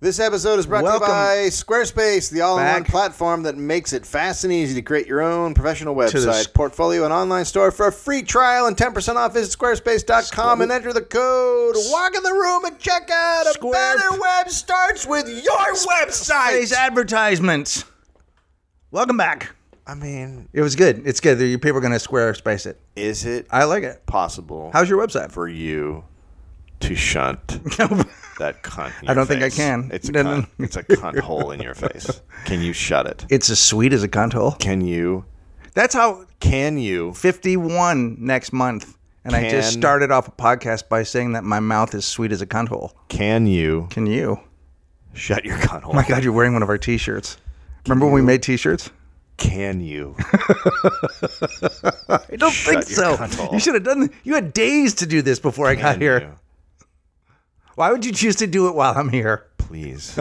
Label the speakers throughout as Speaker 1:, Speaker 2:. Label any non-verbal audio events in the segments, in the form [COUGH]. Speaker 1: This episode is brought
Speaker 2: Welcome
Speaker 1: to you by Squarespace, the all in one
Speaker 2: back.
Speaker 1: platform that makes it fast and easy to create your own professional website,
Speaker 2: this-
Speaker 1: portfolio, and online store. For a free trial and 10% off, visit squarespace.com and enter the code Walk in the Room at checkout. A
Speaker 2: Square-
Speaker 1: better web starts with your
Speaker 2: Today's
Speaker 1: website.
Speaker 2: advertisements. Welcome back.
Speaker 1: I mean,
Speaker 2: It was good. It's good. You People are going to square space it.
Speaker 1: is it
Speaker 2: I like it.
Speaker 1: possible
Speaker 2: How's your website?
Speaker 1: for you to
Speaker 2: [LAUGHS]
Speaker 1: shunt that cunt? in
Speaker 2: I
Speaker 1: your
Speaker 2: don't think I
Speaker 1: face?
Speaker 2: can.
Speaker 1: It's a
Speaker 2: No, no,
Speaker 1: cunt. It's a cunt hole in your face. Can you shut it?
Speaker 2: it's as sweet as a cunt hole.
Speaker 1: Can you?
Speaker 2: That's how
Speaker 1: Can you?
Speaker 2: 51 next month. And I just
Speaker 1: Can-
Speaker 2: started off a podcast by saying that my mouth is sweet as a cunt hole.
Speaker 1: Can you?
Speaker 2: Can you? Oh
Speaker 1: Shut your cunt hole.
Speaker 2: My God, you're wearing one of our t shirts. Remember when we made t shirts?
Speaker 1: Can [LAUGHS] you?
Speaker 2: I don't
Speaker 1: Shut
Speaker 2: think
Speaker 1: your
Speaker 2: so.
Speaker 1: cunt hole.
Speaker 2: You should have done You had days to do this before I got
Speaker 1: Can
Speaker 2: here.
Speaker 1: you?
Speaker 2: Why would you choose to do it while I'm here?
Speaker 1: Please.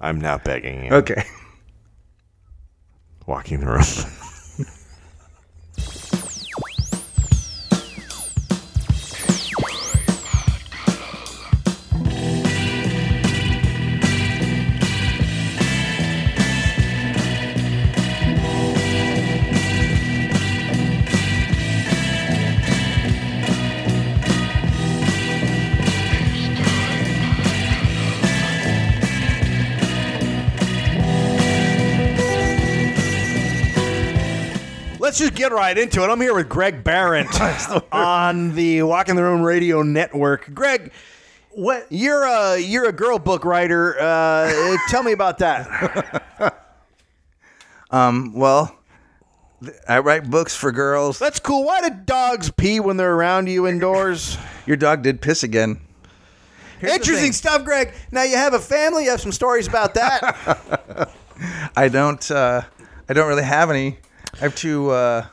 Speaker 1: I'm now begging you.
Speaker 2: [LAUGHS] Okay.
Speaker 1: Walking the room. [LAUGHS] Let's just get right into it. I'm here with Greg [LAUGHS] Barrett on the Walking the Room Radio Network. Greg,
Speaker 2: What?
Speaker 1: you're a you're a girl book writer. [LAUGHS] Uh, tell me about that.
Speaker 2: Um, Well, th- I write books for girls.
Speaker 1: That's cool. Why do dogs pee when they're around you indoors?
Speaker 2: Your dog did piss again. Here's the
Speaker 1: Interesting
Speaker 2: thing.
Speaker 1: stuff, Greg. Now you have a family. You have some stories about [LAUGHS] that.
Speaker 2: I don't. Uh, I don't really have any. I have two. Uh,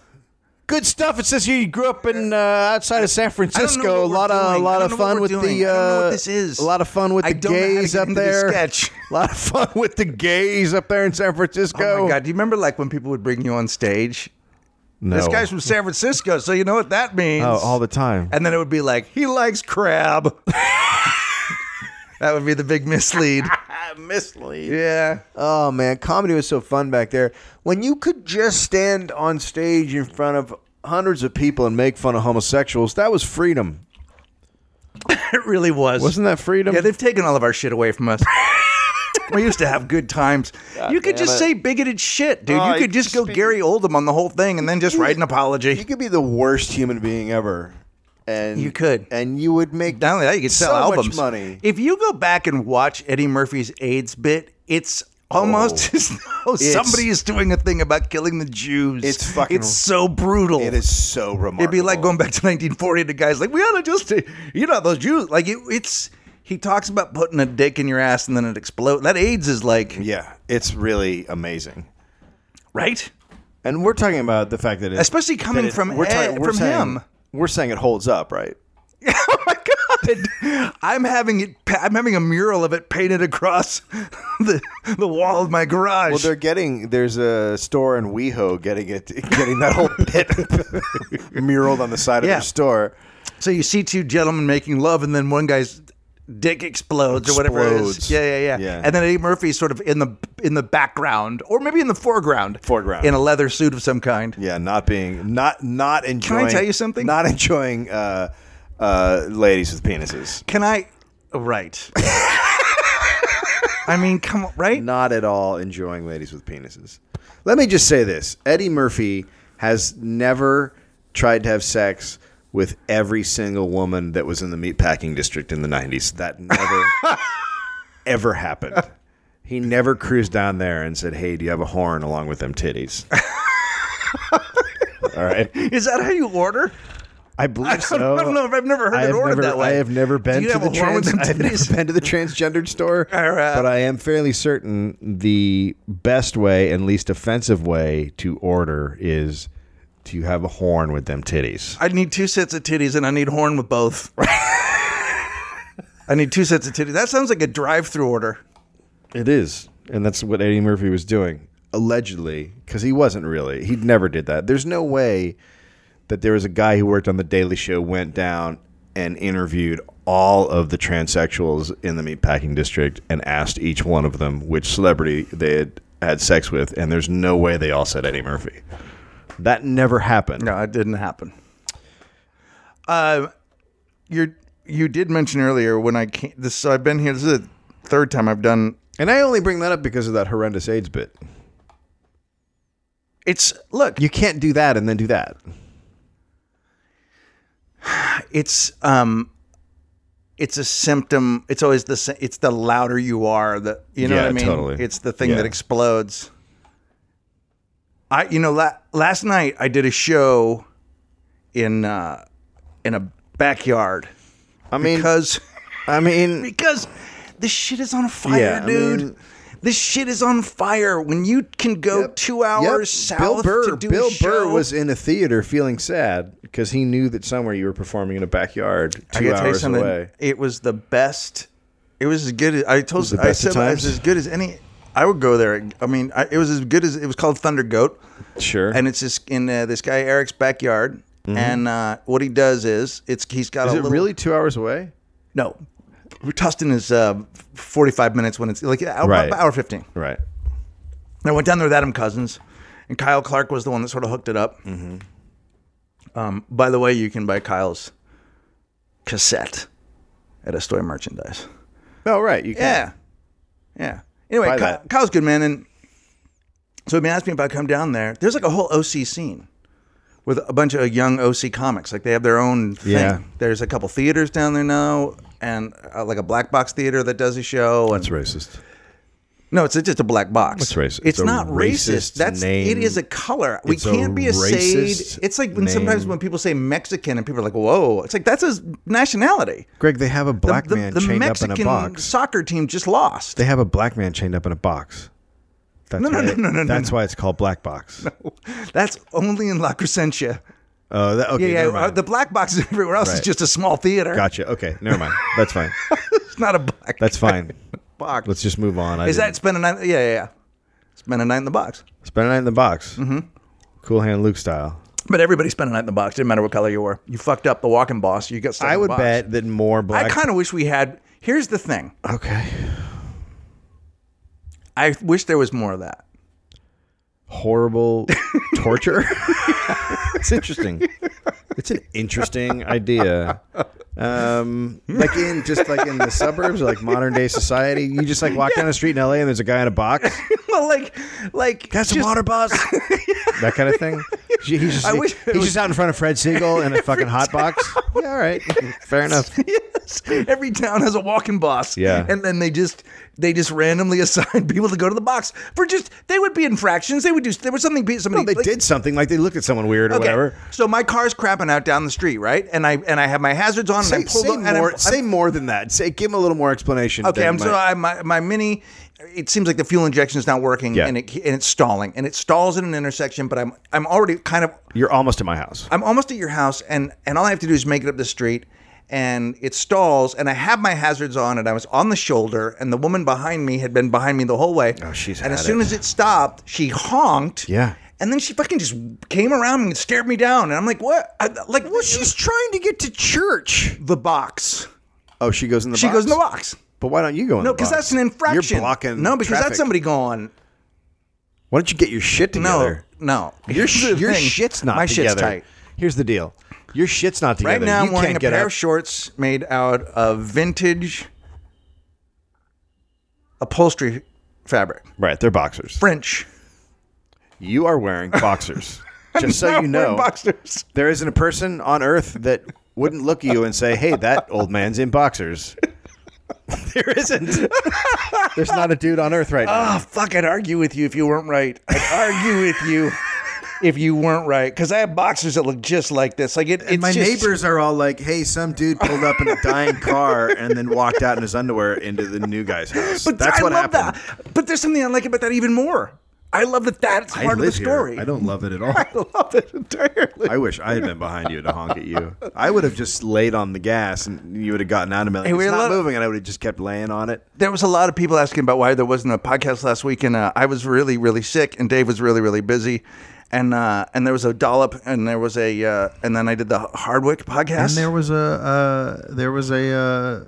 Speaker 1: Good stuff. It says here you grew up in uh, outside of San
Speaker 2: I don't know
Speaker 1: Francisco. A
Speaker 2: what we're
Speaker 1: lot of a
Speaker 2: doing. I
Speaker 1: lot
Speaker 2: don't
Speaker 1: of
Speaker 2: know what
Speaker 1: fun
Speaker 2: we're
Speaker 1: with
Speaker 2: doing.
Speaker 1: the.
Speaker 2: I don't know what
Speaker 1: uh,
Speaker 2: this is.
Speaker 1: A lot of fun with
Speaker 2: I
Speaker 1: the
Speaker 2: don't know how to
Speaker 1: gays
Speaker 2: get
Speaker 1: up
Speaker 2: into this
Speaker 1: there.
Speaker 2: sketch.
Speaker 1: [LAUGHS] A lot of fun with the gays up there in San Francisco.
Speaker 2: oh my god! Do you remember like when people would bring you on stage?
Speaker 1: No.
Speaker 2: This guy's from San Francisco, so you know what that means.
Speaker 1: oh, all the time.
Speaker 2: and then it would be like he likes crab. [LAUGHS] that would be the big [LAUGHS] mislead.
Speaker 1: Mislead.
Speaker 2: Yeah.
Speaker 1: Oh man, comedy was so fun back there when you could just stand on stage in front of hundreds of people and make fun of homosexuals. That was freedom.
Speaker 2: It really was.
Speaker 1: Wasn't that freedom?
Speaker 2: Yeah, they've taken all of our shit away
Speaker 1: [LAUGHS]
Speaker 2: from us. we used to have good times. you could
Speaker 1: damn
Speaker 2: just
Speaker 1: it.
Speaker 2: say bigoted shit, dude.
Speaker 1: Oh,
Speaker 2: you
Speaker 1: I
Speaker 2: could just go
Speaker 1: speak-
Speaker 2: Gary Oldham on the whole thing and then just write an
Speaker 1: you
Speaker 2: [LAUGHS] apology.
Speaker 1: could be the worst human being ever, and
Speaker 2: You could.
Speaker 1: and you would make
Speaker 2: Not only that, you could sell
Speaker 1: so
Speaker 2: albums.
Speaker 1: much money.
Speaker 2: If you go back and watch Eddie Murphy's AIDS bit, it's almost [LAUGHS]
Speaker 1: Oh.
Speaker 2: as though somebody is doing a thing about killing the Jews.
Speaker 1: It's fucking-
Speaker 2: It's so brutal.
Speaker 1: It is so remarkable.
Speaker 2: It'd be like going back to [LAUGHS] 1940. The guy's like, we ought to just, you know, those Jews. Like it, it's. He talks about putting a dick in your ass and then it explodes. That AIDS is like,
Speaker 1: Yeah, it's really amazing.
Speaker 2: right?
Speaker 1: And we're talking about the fact that, it,
Speaker 2: Especially coming
Speaker 1: that it-
Speaker 2: from
Speaker 1: we're
Speaker 2: Ed-
Speaker 1: talking- we're
Speaker 2: from
Speaker 1: saying,
Speaker 2: him.
Speaker 1: We're saying it holds up, right?
Speaker 2: [LAUGHS] oh my god! I'm having it. pa- I'm having a mural of it painted across [LAUGHS] the the wall of my garage.
Speaker 1: Well, they're getting there's a store in WeHo getting it, [LAUGHS] getting that whole pit [LAUGHS] muraled on the side
Speaker 2: Yeah.
Speaker 1: of their store.
Speaker 2: so you see two gentlemen making love, and then one guy's dick explodes, or whatever it is.
Speaker 1: Explodes.
Speaker 2: Yeah, yeah, yeah,
Speaker 1: Yeah.
Speaker 2: And then Eddie Murphy's sort of in the in the background, or maybe in the foreground.
Speaker 1: Foreground.
Speaker 2: in a leather suit of some kind.
Speaker 1: Yeah, not being not not enjoying.
Speaker 2: tell you something?
Speaker 1: Not enjoying uh, uh, ladies with penises.
Speaker 2: Can I? oh, Right. [LAUGHS] I mean, come on, right?
Speaker 1: Not at all enjoying ladies with penises. Let me just say this: Eddie Murphy has never tried to have sex with every single woman that was in the meatpacking district in the '90s. That never ever happened. He never cruised down there and said, "Hey, do you have a horn along with them titties?" all right.
Speaker 2: Is that how you order?
Speaker 1: I believe
Speaker 2: [LAUGHS] I
Speaker 1: so.
Speaker 2: don't- I don't know if I've never heard
Speaker 1: I
Speaker 2: it
Speaker 1: have
Speaker 2: ordered
Speaker 1: never-
Speaker 2: that way.
Speaker 1: I have never
Speaker 2: Do
Speaker 1: been
Speaker 2: you
Speaker 1: to
Speaker 2: have a
Speaker 1: the
Speaker 2: horn with
Speaker 1: trans.
Speaker 2: them
Speaker 1: [LAUGHS] I've never
Speaker 2: titties?
Speaker 1: been to the transgendered store,
Speaker 2: All right.
Speaker 1: but I am fairly certain the best way and least offensive way to order is do you have a horn with them titties?
Speaker 2: I need two sets of titties and I need horn with both. I need two sets of titties. That sounds like a drive-through order.
Speaker 1: It is, and that's what Eddie Murphy was doing allegedly, because he wasn't really. He never did that. There's no way that there was a guy who worked on the Daily Show went down and interviewed all of the transsexuals in the meatpacking district and asked each one of them which celebrity they had had sex with, and there's no way they all said Eddie Murphy. That never happened.
Speaker 2: No, it didn't happen. Uh, you you did mention earlier when I came. This so I've been here. This is the third time I've done.
Speaker 1: And I only bring that up because of that horrendous AIDS bit.
Speaker 2: It's look.
Speaker 1: You can't do that and then do that.
Speaker 2: It's um. It's a symptom. It's always the sa- it's the louder you are that you know
Speaker 1: Yeah,
Speaker 2: what I mean.
Speaker 1: totally.
Speaker 2: It's the thing
Speaker 1: Yeah.
Speaker 2: that explodes. I you know la- last night I did a show in uh, in a backyard
Speaker 1: I mean,
Speaker 2: because.
Speaker 1: I mean,
Speaker 2: because this shit is on fire,
Speaker 1: Yeah, I
Speaker 2: dude.
Speaker 1: mean-
Speaker 2: this shit is on fire. When you can go two hours
Speaker 1: Yep.
Speaker 2: south
Speaker 1: Bill Burr,
Speaker 2: to do
Speaker 1: Bill
Speaker 2: a show,
Speaker 1: Burr was in a theater feeling sad because he knew that somewhere you were performing in a backyard
Speaker 2: I
Speaker 1: two
Speaker 2: gotta tell you
Speaker 1: hours
Speaker 2: something.
Speaker 1: away.
Speaker 2: It was the best. It was as good. As, I told.
Speaker 1: the
Speaker 2: I
Speaker 1: best of
Speaker 2: said it was
Speaker 1: times.
Speaker 2: as good as any. I would go there. I mean, I, it was as good as it was called Thunder Goat.
Speaker 1: Sure.
Speaker 2: and it's just in uh, this guy Eric's backyard. And uh, what he does is, it's he's got
Speaker 1: Mm-hmm. is
Speaker 2: a
Speaker 1: it
Speaker 2: little
Speaker 1: really two hours away?
Speaker 2: no. Tustin is uh, forty-five minutes when it's like hour,
Speaker 1: Right.
Speaker 2: hour fifteen.
Speaker 1: Right.
Speaker 2: And I went down there with Adam Cousins, and Kyle Clark was the one that sort of hooked it up.
Speaker 1: Mm-hmm.
Speaker 2: Um, by the way, you can buy Kyle's cassette at Astoy Merchandise.
Speaker 1: Oh, right. You can.
Speaker 2: Yeah, yeah. Anyway,
Speaker 1: Buy
Speaker 2: Ky-
Speaker 1: that.
Speaker 2: Kyle's good man, and so he asked me if I come down there. There's like a whole OC scene with a bunch of young OC comics. Like they have their own thing.
Speaker 1: Yeah.
Speaker 2: There's a couple theaters down there now, and uh, like a black box theater that does a show. And
Speaker 1: That's racist.
Speaker 2: no, it's just a black box.
Speaker 1: It's racist.
Speaker 2: It's
Speaker 1: A
Speaker 2: not
Speaker 1: racist
Speaker 2: racist. That's
Speaker 1: name.
Speaker 2: it is a color. We
Speaker 1: It's a
Speaker 2: can't be a
Speaker 1: racist
Speaker 2: shade. It's like when sometimes
Speaker 1: name.
Speaker 2: when people say Mexican and people are like, "Whoa!" It's like that's his nationality.
Speaker 1: Greg, they have a black
Speaker 2: the
Speaker 1: man
Speaker 2: the
Speaker 1: chained
Speaker 2: Mexican
Speaker 1: up in a box.
Speaker 2: soccer team just lost.
Speaker 1: They have a black man chained up in a box. That's
Speaker 2: No, no,
Speaker 1: why
Speaker 2: no, no, no, no,
Speaker 1: That's why it's called black box.
Speaker 2: [LAUGHS] that's only in La Crescencia.
Speaker 1: Oh, that, okay.
Speaker 2: Yeah,
Speaker 1: never
Speaker 2: yeah. uh,
Speaker 1: mind.
Speaker 2: The black box is everywhere else.
Speaker 1: Right.
Speaker 2: It's just a small theater.
Speaker 1: gotcha. Okay, never mind. That's
Speaker 2: [LAUGHS]
Speaker 1: fine.
Speaker 2: It's not a black
Speaker 1: That's fine.
Speaker 2: box.
Speaker 1: Let's just move on. I
Speaker 2: is that
Speaker 1: didn't-
Speaker 2: spend a night? Yeah, yeah, yeah. Spend a night in the box.
Speaker 1: spend a night in the box? Mm-hmm. Cool hand Luke style.
Speaker 2: But everybody spent a night in the box. Didn't matter what color you were. You fucked up the walking boss. You got stuck.
Speaker 1: I
Speaker 2: in the
Speaker 1: would
Speaker 2: box.
Speaker 1: bet that more black.
Speaker 2: I kind of wish we had. Here's the thing.
Speaker 1: okay.
Speaker 2: I wish there was more of that. [LAUGHS]
Speaker 1: Horrible torture. it's interesting. It's an interesting idea. Um, like in just like in the suburbs, like modern day society, you just like walk down the street in LA and there's a guy in a box.
Speaker 2: well, like, like
Speaker 1: Got some
Speaker 2: just-
Speaker 1: water,
Speaker 2: [LAUGHS]
Speaker 1: boss. that kind of thing. He- He's just,
Speaker 2: I wish
Speaker 1: he-
Speaker 2: it
Speaker 1: he's
Speaker 2: was-
Speaker 1: just out in front of Fred Siegel in a fucking hot box. Yeah, all
Speaker 2: [LAUGHS]
Speaker 1: right. Fair enough.
Speaker 2: Yes, every town has a walking boss.
Speaker 1: Yeah.
Speaker 2: and then they just they just randomly [LAUGHS] assign people to go to the box for just they would be infractions. They would do there was something pe- somebody
Speaker 1: No, they
Speaker 2: like-
Speaker 1: did something. Like they looked at someone weird or
Speaker 2: Okay,
Speaker 1: whatever.
Speaker 2: So my car's crapping out down the street, right? And I and I have my hazards on.
Speaker 1: Say,
Speaker 2: and I pulled
Speaker 1: say
Speaker 2: up, and
Speaker 1: more,
Speaker 2: I'm,
Speaker 1: say more than that. Say, give him a little more explanation.
Speaker 2: Okay,
Speaker 1: than
Speaker 2: I'm
Speaker 1: my-
Speaker 2: so I, my my mini. It seems like the fuel injection is not working,
Speaker 1: Yeah.
Speaker 2: and it and it's stalling, and it stalls at an intersection. But I'm I'm already kind of
Speaker 1: You're almost at my house.
Speaker 2: I'm almost at your house, and and all I have to do is make it up the street, and it stalls, and I have my hazards on, and I was on the shoulder, and the woman behind me had been behind me the whole way.
Speaker 1: Oh, she's
Speaker 2: And as
Speaker 1: had
Speaker 2: soon
Speaker 1: it.
Speaker 2: as it stopped, she honked.
Speaker 1: Yeah.
Speaker 2: And then she fucking just came around and stared me down, and I'm like, what? I, like, what? She's
Speaker 1: trying to get to church.
Speaker 2: the box.
Speaker 1: Oh, she goes in the
Speaker 2: She
Speaker 1: box.
Speaker 2: goes in the box.
Speaker 1: But why don't you go in
Speaker 2: No,
Speaker 1: the box?
Speaker 2: because that's an infraction.
Speaker 1: You're blocking.
Speaker 2: No, because
Speaker 1: traffic.
Speaker 2: that's somebody going.
Speaker 1: Why don't you get your shit
Speaker 2: No,
Speaker 1: together?
Speaker 2: no.
Speaker 1: Your,
Speaker 2: Here's
Speaker 1: sh-
Speaker 2: the
Speaker 1: your
Speaker 2: thing.
Speaker 1: shit's not
Speaker 2: My
Speaker 1: together.
Speaker 2: shit's tight.
Speaker 1: Here's the deal. Your shit's not together.
Speaker 2: Right now,
Speaker 1: you
Speaker 2: I'm wearing
Speaker 1: can't
Speaker 2: a
Speaker 1: get
Speaker 2: pair
Speaker 1: up.
Speaker 2: of shorts made out of vintage upholstery fabric,
Speaker 1: [LAUGHS] right, they're boxers.
Speaker 2: French.
Speaker 1: You are wearing
Speaker 2: [LAUGHS]
Speaker 1: boxers. Just so
Speaker 2: Not
Speaker 1: you
Speaker 2: wearing
Speaker 1: know,
Speaker 2: boxers.
Speaker 1: there isn't a person on earth that wouldn't look at you and say, "Hey, that old man's in boxers." [LAUGHS] there isn't. There's not a dude on earth right now.
Speaker 2: Oh fuck! I'd argue with you if you weren't right. I'd argue with you [LAUGHS] if you weren't right because I have boxers that look just like this. Like it, it's
Speaker 1: And my
Speaker 2: just-
Speaker 1: neighbors are all like, "Hey, some dude pulled up in a dying car and then walked out in his underwear into the new guy's house."
Speaker 2: But
Speaker 1: That's
Speaker 2: I
Speaker 1: what
Speaker 2: love
Speaker 1: happened.
Speaker 2: that. But there's something I like about that even more. I love that. That's
Speaker 1: I
Speaker 2: part of the
Speaker 1: live here.
Speaker 2: story.
Speaker 1: I don't love it at all.
Speaker 2: [LAUGHS] I love it entirely.
Speaker 1: I wish I had been behind you to honk at you. I would have just laid on the gas and you would have gotten out of me. Like,
Speaker 2: Hey, we
Speaker 1: it's
Speaker 2: were
Speaker 1: not
Speaker 2: lo-
Speaker 1: moving, and I would have just kept laying on it.
Speaker 2: there was a lot of people asking about why there wasn't a podcast last week, and uh, I was really, really sick, and Dave was really, really busy, and uh, and there was a dollop, and there was a, uh, and then I did the Hardwick podcast.
Speaker 3: And there was a uh, there was a uh,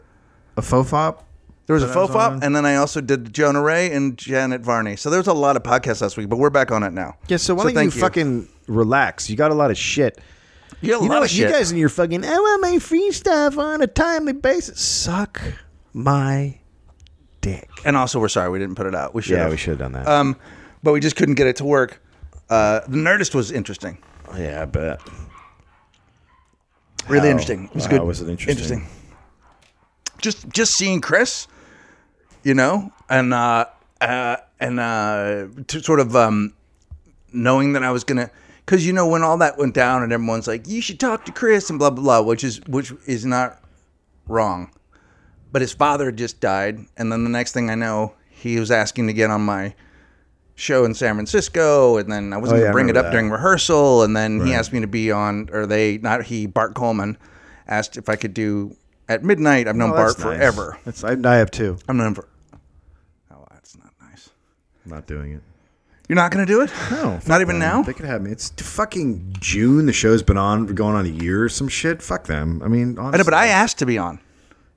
Speaker 3: a faux fop.
Speaker 2: There was a
Speaker 3: that I was
Speaker 2: faux pop,
Speaker 3: on.
Speaker 2: and then I also did Jonah Ray and Janet Varney. So there was a lot of podcasts last week, but we're back on it now.
Speaker 1: Yeah, so why don't you,
Speaker 2: thank
Speaker 1: fucking relax? You got a lot of shit.
Speaker 2: You got a
Speaker 1: You
Speaker 2: lot
Speaker 1: know
Speaker 2: of
Speaker 1: what?
Speaker 2: shit.
Speaker 1: You guys and your fucking I want my free stuff on a timely basis. Suck my dick.
Speaker 2: and also, we're sorry we didn't put it out. We should.
Speaker 1: Yeah,
Speaker 2: have.
Speaker 1: we should have done that.
Speaker 2: Um, but we just couldn't get it to work. Uh, the Nerdist was interesting.
Speaker 1: yeah, I bet.
Speaker 2: Really
Speaker 1: How-
Speaker 2: interesting. It was
Speaker 1: how
Speaker 2: good.
Speaker 1: was it interesting?
Speaker 2: Just just seeing Chris, you know, and uh, uh, and uh, to sort of um, knowing that I was gonna, because you know when all that went down and everyone's like, you should talk to Chris and blah blah blah, which is which is not wrong, but his father had just died, and then the next thing I know, he was asking to get on my show in San Francisco, and then I wasn't
Speaker 1: Oh, yeah, I
Speaker 2: gonna bring it
Speaker 1: remember
Speaker 2: up
Speaker 1: that.
Speaker 2: during rehearsal, and then he asked me to be on, or they, not he, Bart Coleman, asked if I could do at midnight. I've known
Speaker 1: Oh,
Speaker 2: Bart
Speaker 1: that's nice.
Speaker 2: forever.
Speaker 1: That's, I, I have two.
Speaker 2: I'm known for. Oh, that's not nice.
Speaker 1: Not doing it.
Speaker 2: You're not gonna do it?
Speaker 1: No,
Speaker 2: Not even now?
Speaker 1: They could have me. It's t- fucking June. The show's been on going on a year or some shit. Fuck them. I mean, honestly.
Speaker 2: I know, but I asked to be on.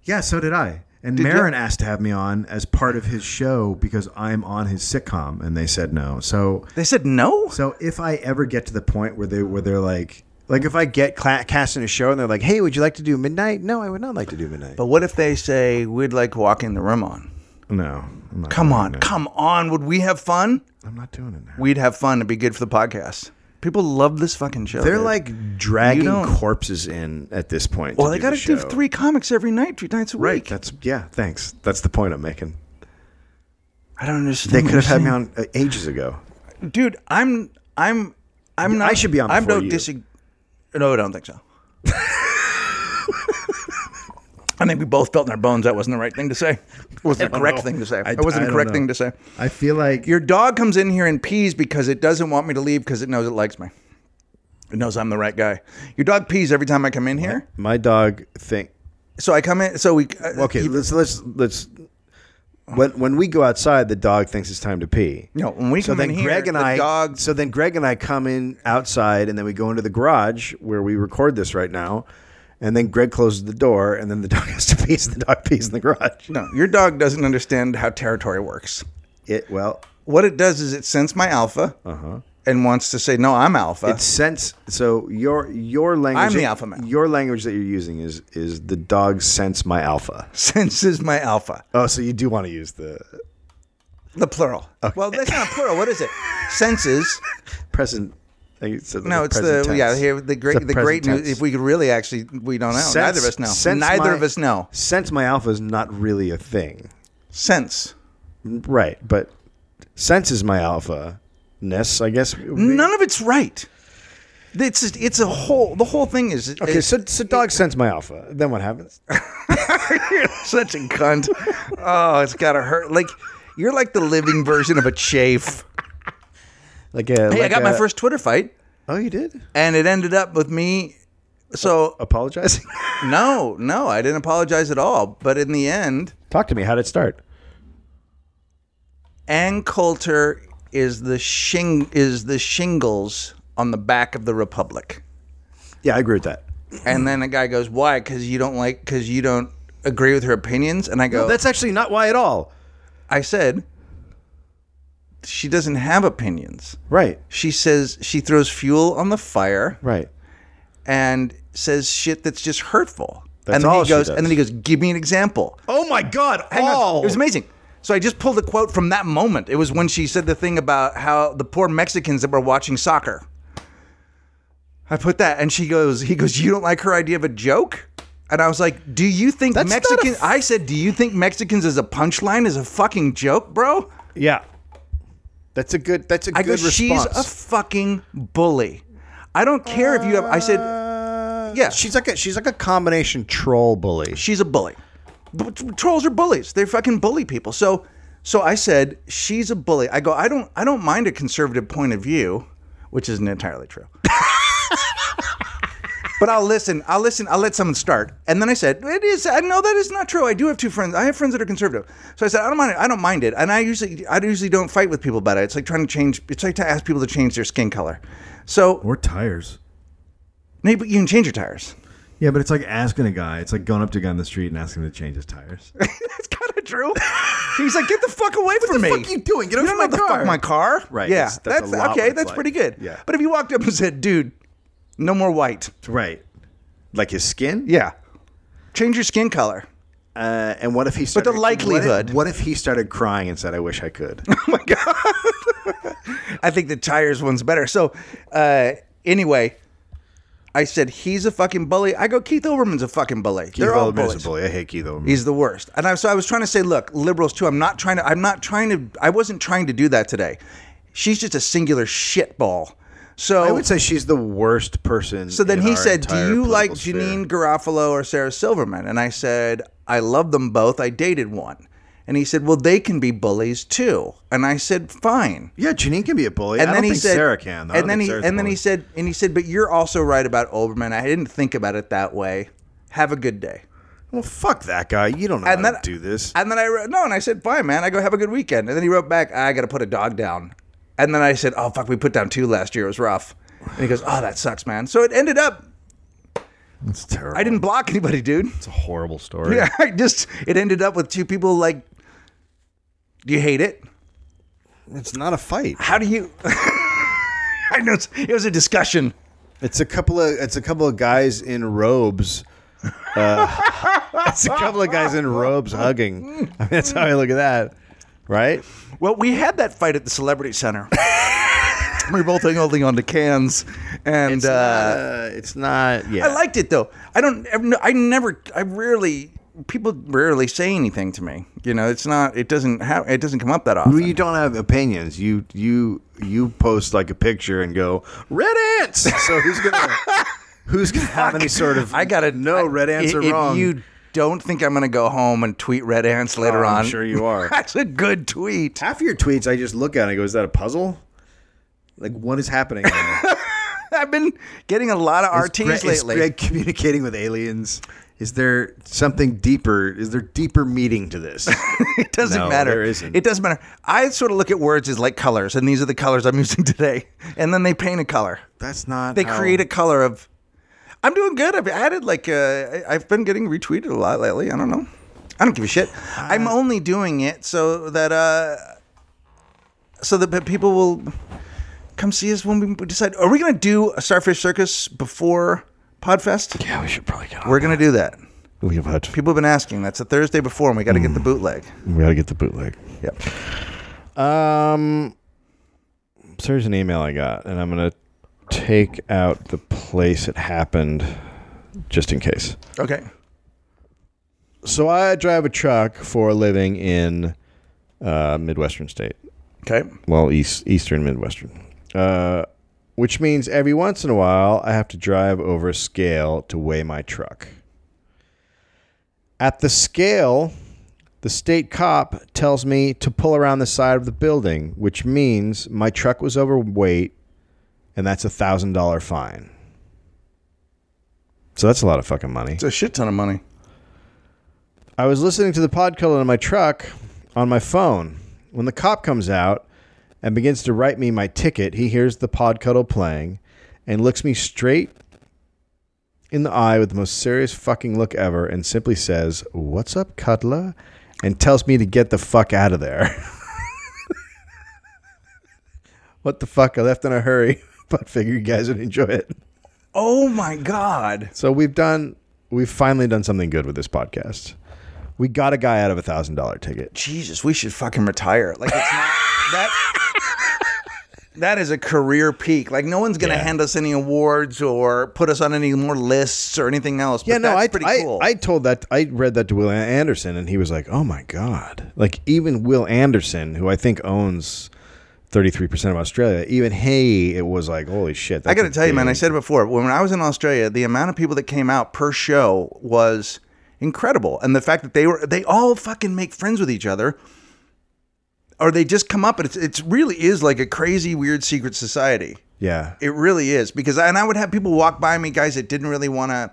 Speaker 1: Yeah, so did I. And Marin asked to have me on as part of his show because I'm on his sitcom, and they said no. So,
Speaker 2: They said no.
Speaker 1: so if I ever get to the point where they where they're like, like if I get cla cast in a show and they're like, "Hey, would you like to do midnight?" No, I would not like to do midnight.
Speaker 2: But what if they say we'd like walking the room on?
Speaker 1: no, I'm not
Speaker 2: Come
Speaker 1: doing
Speaker 2: on,
Speaker 1: it.
Speaker 2: come on. Would we have fun?
Speaker 1: I'm not doing it now.
Speaker 2: We'd have fun. It'd be good for the podcast. People love this fucking show.
Speaker 1: They're
Speaker 2: dude.
Speaker 1: like
Speaker 2: You
Speaker 1: dragging
Speaker 2: don't-
Speaker 1: corpses in at this point.
Speaker 2: well,
Speaker 1: to
Speaker 2: they
Speaker 1: do
Speaker 2: got to
Speaker 1: the
Speaker 2: do
Speaker 1: show.
Speaker 2: three comics every night, three nights a
Speaker 1: Right.
Speaker 2: week.
Speaker 1: That's yeah. Thanks. That's the point I'm
Speaker 2: [LAUGHS]
Speaker 1: making.
Speaker 2: I don't understand.
Speaker 1: They
Speaker 2: what
Speaker 1: could have
Speaker 2: you're
Speaker 1: had me
Speaker 2: saying.
Speaker 1: on uh, ages ago.
Speaker 2: dude. I'm, I'm, I'm not.
Speaker 1: I should be on
Speaker 2: I'm
Speaker 1: before
Speaker 2: no
Speaker 1: you.
Speaker 2: disag- No, I don't think [LAUGHS] so. I think we both felt in our bones that wasn't the right thing to say. It wasn't the correct thing to say. it wasn't the correct thing to say.
Speaker 1: I feel like
Speaker 2: Your dog comes in here and pees because it doesn't want me to leave because it knows it likes me. It knows I'm the right guy. Your dog pees every time I come in here.
Speaker 1: my dog think.
Speaker 2: So I come in. So we. uh,
Speaker 1: Okay, let's let's let's. When when we go outside, the dog thinks it's time to pee.
Speaker 2: No, when we
Speaker 1: So
Speaker 2: come
Speaker 1: then
Speaker 2: in here,
Speaker 1: Greg and
Speaker 2: the
Speaker 1: I.
Speaker 2: dog-
Speaker 1: So then Greg and I come in outside, and then we go into the garage where we record this right now, and then Greg closes the door, and then the [LAUGHS] dog has to pee, so the dog pees in the garage.
Speaker 2: No, your dog doesn't understand how territory works.
Speaker 1: It well,
Speaker 2: What it does is it sends my alpha and wants to say, no, I'm alpha.
Speaker 1: Uh-huh. it's sense. So your your language.
Speaker 2: I'm the alpha male.
Speaker 1: Your language that you're using is is the dog sense my alpha.
Speaker 2: [LAUGHS] senses my alpha.
Speaker 1: Oh, so you do want to use the
Speaker 2: The plural. Well, that's not a plural. What is it?
Speaker 1: [LAUGHS]
Speaker 2: Senses.
Speaker 1: present. I think it said like
Speaker 2: No,
Speaker 1: a
Speaker 2: it's the
Speaker 1: present tense.
Speaker 2: yeah. Here, the
Speaker 1: It's
Speaker 2: great,
Speaker 1: a
Speaker 2: the great
Speaker 1: present
Speaker 2: news.
Speaker 1: tense.
Speaker 2: If we could really actually, we don't know. Neither of us know.
Speaker 1: sense
Speaker 2: Neither
Speaker 1: my-
Speaker 2: of us know.
Speaker 1: Sense my alpha is not really a thing,
Speaker 2: Sense.
Speaker 1: right? But sense is my alpha ness, I guess. it would be.
Speaker 2: None of it's right. It's just, it's a whole. The whole thing is
Speaker 1: Okay,
Speaker 2: is-
Speaker 1: so so dog sense my alpha. Then what happens?
Speaker 2: You're such a cunt. Oh, it's gotta hurt. Like you're like the living version of a chafe.
Speaker 1: Like a,
Speaker 2: Hey, I
Speaker 1: like
Speaker 2: got my
Speaker 1: a-
Speaker 2: first Twitter fight,
Speaker 1: Oh, you did
Speaker 2: and it ended up with me. So
Speaker 1: apologizing. [LAUGHS]
Speaker 2: no, no, I didn't apologize at all. But in the end,
Speaker 1: Talk to me. How did it start?
Speaker 2: Ann Coulter is the shing is the shingles on the back of the Republic.
Speaker 1: Yeah, I agree with that.
Speaker 2: And then a guy goes, "Why? Because you don't like? Because you don't agree with her opinions?" And I go,
Speaker 1: That's actually not why at all.
Speaker 2: "I said she doesn't have opinions.
Speaker 1: Right.
Speaker 2: She says she throws fuel on the fire
Speaker 1: Right.
Speaker 2: and says shit that's just hurtful."
Speaker 1: That's
Speaker 2: and then
Speaker 1: all
Speaker 2: he
Speaker 1: she
Speaker 2: goes,
Speaker 1: does.
Speaker 2: and then he goes, "Give me an example."
Speaker 1: Oh my God!
Speaker 2: Hang on.
Speaker 1: all
Speaker 2: It was amazing. So I just pulled a quote from that moment. It was when she said the thing about how the poor Mexicans that were watching soccer. I put that, and she goes, he goes, you don't like her idea of a joke? And I was like, do you think
Speaker 1: That's not a
Speaker 2: Mexicans?
Speaker 1: f-
Speaker 2: I said, do you think Mexicans as a punchline is a fucking joke, bro?
Speaker 1: Yeah. That's a good. That's a
Speaker 2: I
Speaker 1: good
Speaker 2: go, she's
Speaker 1: response.
Speaker 2: a fucking bully. I don't care if you have. I said,
Speaker 1: Uh,
Speaker 2: Yeah.
Speaker 1: she's like a she's like a combination troll bully.
Speaker 2: she's a bully. B- t- trolls are bullies. They fucking bully people. So so I said she's a bully. I go I don't I don't mind a conservative point of view, which isn't entirely true. [LAUGHS] But I'll listen. I'll listen. I'll let someone start. And then I said, "It is. I know that is not true. I do have two friends. I have friends that are conservative. So I said, I don't mind it. I don't mind it. And I usually, I usually don't fight with people about it. It's like trying to change. It's like to ask people to change their skin color. So
Speaker 4: Or tires.
Speaker 2: maybe you can change your tires.
Speaker 4: Yeah, but it's like asking a guy. It's like going up to a guy on the street and asking him to change his tires.
Speaker 2: [LAUGHS] That's kind
Speaker 1: [LAUGHS]
Speaker 2: of true. he was like, "Get the fuck away from me."
Speaker 1: the fuck you doing? Get
Speaker 2: You
Speaker 1: off
Speaker 2: don't
Speaker 1: my
Speaker 2: know the
Speaker 1: car.
Speaker 2: Fuck my car.
Speaker 1: Right,
Speaker 2: Yeah.
Speaker 1: that's- that's a lot what
Speaker 2: okay.
Speaker 1: it's
Speaker 2: That's
Speaker 1: like.
Speaker 2: pretty good.
Speaker 1: Yeah.
Speaker 2: But if you walked up and said, "Dude, no more white."
Speaker 4: right.
Speaker 1: like his skin.
Speaker 2: Yeah. Change your skin color.
Speaker 1: Uh, and what if he started?
Speaker 2: the
Speaker 1: what if-
Speaker 2: likelihood-
Speaker 1: What if, he started crying and said, "I wish I could"?
Speaker 2: I think the tires one's better. So, uh, anyway, I said he's a fucking bully. I go Keith Olbermann's a fucking bully. [LAUGHS] They're
Speaker 1: Olbermann's
Speaker 2: all
Speaker 1: a
Speaker 2: bullies.
Speaker 1: bully. I hate Keith Olbermann.
Speaker 2: He's the worst. And I, so I was trying to say, look, liberals too. I'm not trying to. I'm not trying to. I wasn't trying to do that today. She's just a singular shitball. So
Speaker 1: I would say she's the worst person.
Speaker 2: So then he said, "Do you like Janine Garofalo or Sarah Silverman?" And I said, "I love them both. I dated one." And he said, "Well, they can be bullies too." And I said, "Fine."
Speaker 1: Yeah, Janine can be a bully.
Speaker 2: And
Speaker 1: I
Speaker 2: then
Speaker 1: don't
Speaker 2: he
Speaker 1: think
Speaker 2: said,
Speaker 1: Sarah can. Though. I
Speaker 2: And
Speaker 1: don't
Speaker 2: then
Speaker 1: think
Speaker 2: he
Speaker 1: Sarah's a
Speaker 2: and then
Speaker 1: bully.
Speaker 2: he said, and he said, "But you're also right about Olbermann. I didn't think about it that way. Have a good day."
Speaker 1: "Well, fuck that guy. You don't know
Speaker 2: And
Speaker 1: how
Speaker 2: then-
Speaker 1: to do this."
Speaker 2: And then I wrote, no, and I said, fine, man. I go, have a good weekend. And then he wrote back, I got to put a dog down. And then I said, oh, fuck, we put down two last year. It was rough. And he goes, oh, that sucks, man. So it ended up,
Speaker 4: That's terrible.
Speaker 2: I didn't block anybody, dude.
Speaker 4: It's a
Speaker 2: [LAUGHS]
Speaker 4: horrible story.
Speaker 2: Yeah, I just, it ended up with two people like, do you hate it?
Speaker 1: it's not a fight.
Speaker 2: How do you? [LAUGHS] I know it's, it was a discussion.
Speaker 1: It's a couple of it's a couple of guys in robes. Uh, [LAUGHS] it's a couple of guys in robes hugging. I mean, that's how I look at that, right?
Speaker 2: Well, we had that fight at the Celebrity Center. [LAUGHS] we were both holding on to cans. And,
Speaker 1: It's
Speaker 2: uh,
Speaker 1: not. uh, It's not. Yeah,
Speaker 2: I liked it though. I don't. I've no- I never. I rarely. People rarely say anything to me. You know, it's not. It doesn't have. It doesn't come up that often.
Speaker 1: Well, you don't have opinions. You you you post like a picture and go red ants. So who's
Speaker 2: [LAUGHS]
Speaker 1: gonna who's gonna have any sort of
Speaker 2: I gotta
Speaker 1: no
Speaker 2: I-
Speaker 1: red ants
Speaker 2: if,
Speaker 1: are
Speaker 2: if
Speaker 1: wrong.
Speaker 2: you don't think I'm gonna go home and tweet red ants later
Speaker 1: Oh, I'm
Speaker 2: on,
Speaker 1: sure you are.
Speaker 2: [LAUGHS] That's a good tweet.
Speaker 1: Half of your tweets, I just look at and I go, is that a puzzle? Like what is happening? Right
Speaker 2: [LAUGHS]
Speaker 1: now?
Speaker 2: I've been getting a lot of RTs
Speaker 1: Greg-
Speaker 2: lately.
Speaker 1: Is Greg communicating with aliens? Is there something deeper? Is there deeper meaning to
Speaker 2: [LAUGHS]
Speaker 1: this?
Speaker 2: [LAUGHS] it doesn't
Speaker 1: No,
Speaker 2: matter.
Speaker 1: there isn't.
Speaker 2: It doesn't matter. I sort of look at words as like colors, and these are the colors I'm [LAUGHS] using today. And then they paint a color.
Speaker 1: That's not.
Speaker 2: They
Speaker 1: how-
Speaker 2: create a color of. I'm doing good. I've added like uh, I- I've been getting retweeted a lot lately. I don't know. I don't give a shit.
Speaker 1: Ah.
Speaker 2: I'm only doing it so that uh, so that pe- people will come see us when we decide. Are we gonna do a Starfish Circus before Podfest?
Speaker 4: Yeah, we should probably get on.
Speaker 2: We're gonna do that.
Speaker 4: We have had to,
Speaker 2: People have been asking. That's a Thursday before, and we got to get
Speaker 4: Mm.
Speaker 2: the bootleg.
Speaker 4: we gotta get the bootleg.
Speaker 2: Yep.
Speaker 4: Um, so here's an email I got, and I'm gonna take out the place it happened, just in case.
Speaker 2: Okay.
Speaker 4: So I drive a truck for a living in uh, Midwestern state.
Speaker 2: Okay.
Speaker 4: well east eastern midwestern uh, which means every once in a while i have to drive over a scale to weigh my truck at the scale the state cop tells me to pull around the side of the building which means my truck was overweight and that's a thousand dollar fine so that's a lot of fucking money
Speaker 2: It's a shit ton of money.
Speaker 4: I was listening to the podcast on my truck on my phone. When the cop comes out and begins to write me my ticket, he hears the pod cuddle playing and looks me straight in the eye with the most serious fucking look ever and simply says, What's up, Cuddler? and tells me to get the fuck out of there. [LAUGHS] what the fuck? I left in a hurry, but figure you guys would enjoy it.
Speaker 2: Oh my god.
Speaker 4: So we've done, we've finally done something good with this podcast. We got a guy out of a thousand dollar ticket.
Speaker 2: Jesus, we should fucking retire. Like it's
Speaker 4: [LAUGHS]
Speaker 2: not that that is a career peak. Like no one's gonna
Speaker 4: Yeah.
Speaker 2: hand us any awards or put us on any more lists or anything else. But
Speaker 4: Yeah, no,
Speaker 2: that's
Speaker 4: I,
Speaker 2: pretty
Speaker 4: I,
Speaker 2: cool.
Speaker 4: I told that I read that to Will Anderson, and he was like, "Oh my god!" Like even Will Anderson, who I think owns thirty three percent of Australia, even he, it was like, "Holy shit!"
Speaker 2: I
Speaker 4: that's
Speaker 2: got to
Speaker 4: a
Speaker 2: tell you, man, I
Speaker 4: big-
Speaker 2: said it before. When I was in Australia, the amount of people that came out per show was incredible, and the fact that they were they all fucking make friends with each other, or they just come up and it's it's really is like a crazy, weird secret society.
Speaker 4: Yeah.
Speaker 2: It really is because, I, and I would have people walk by me, guys that didn't really want to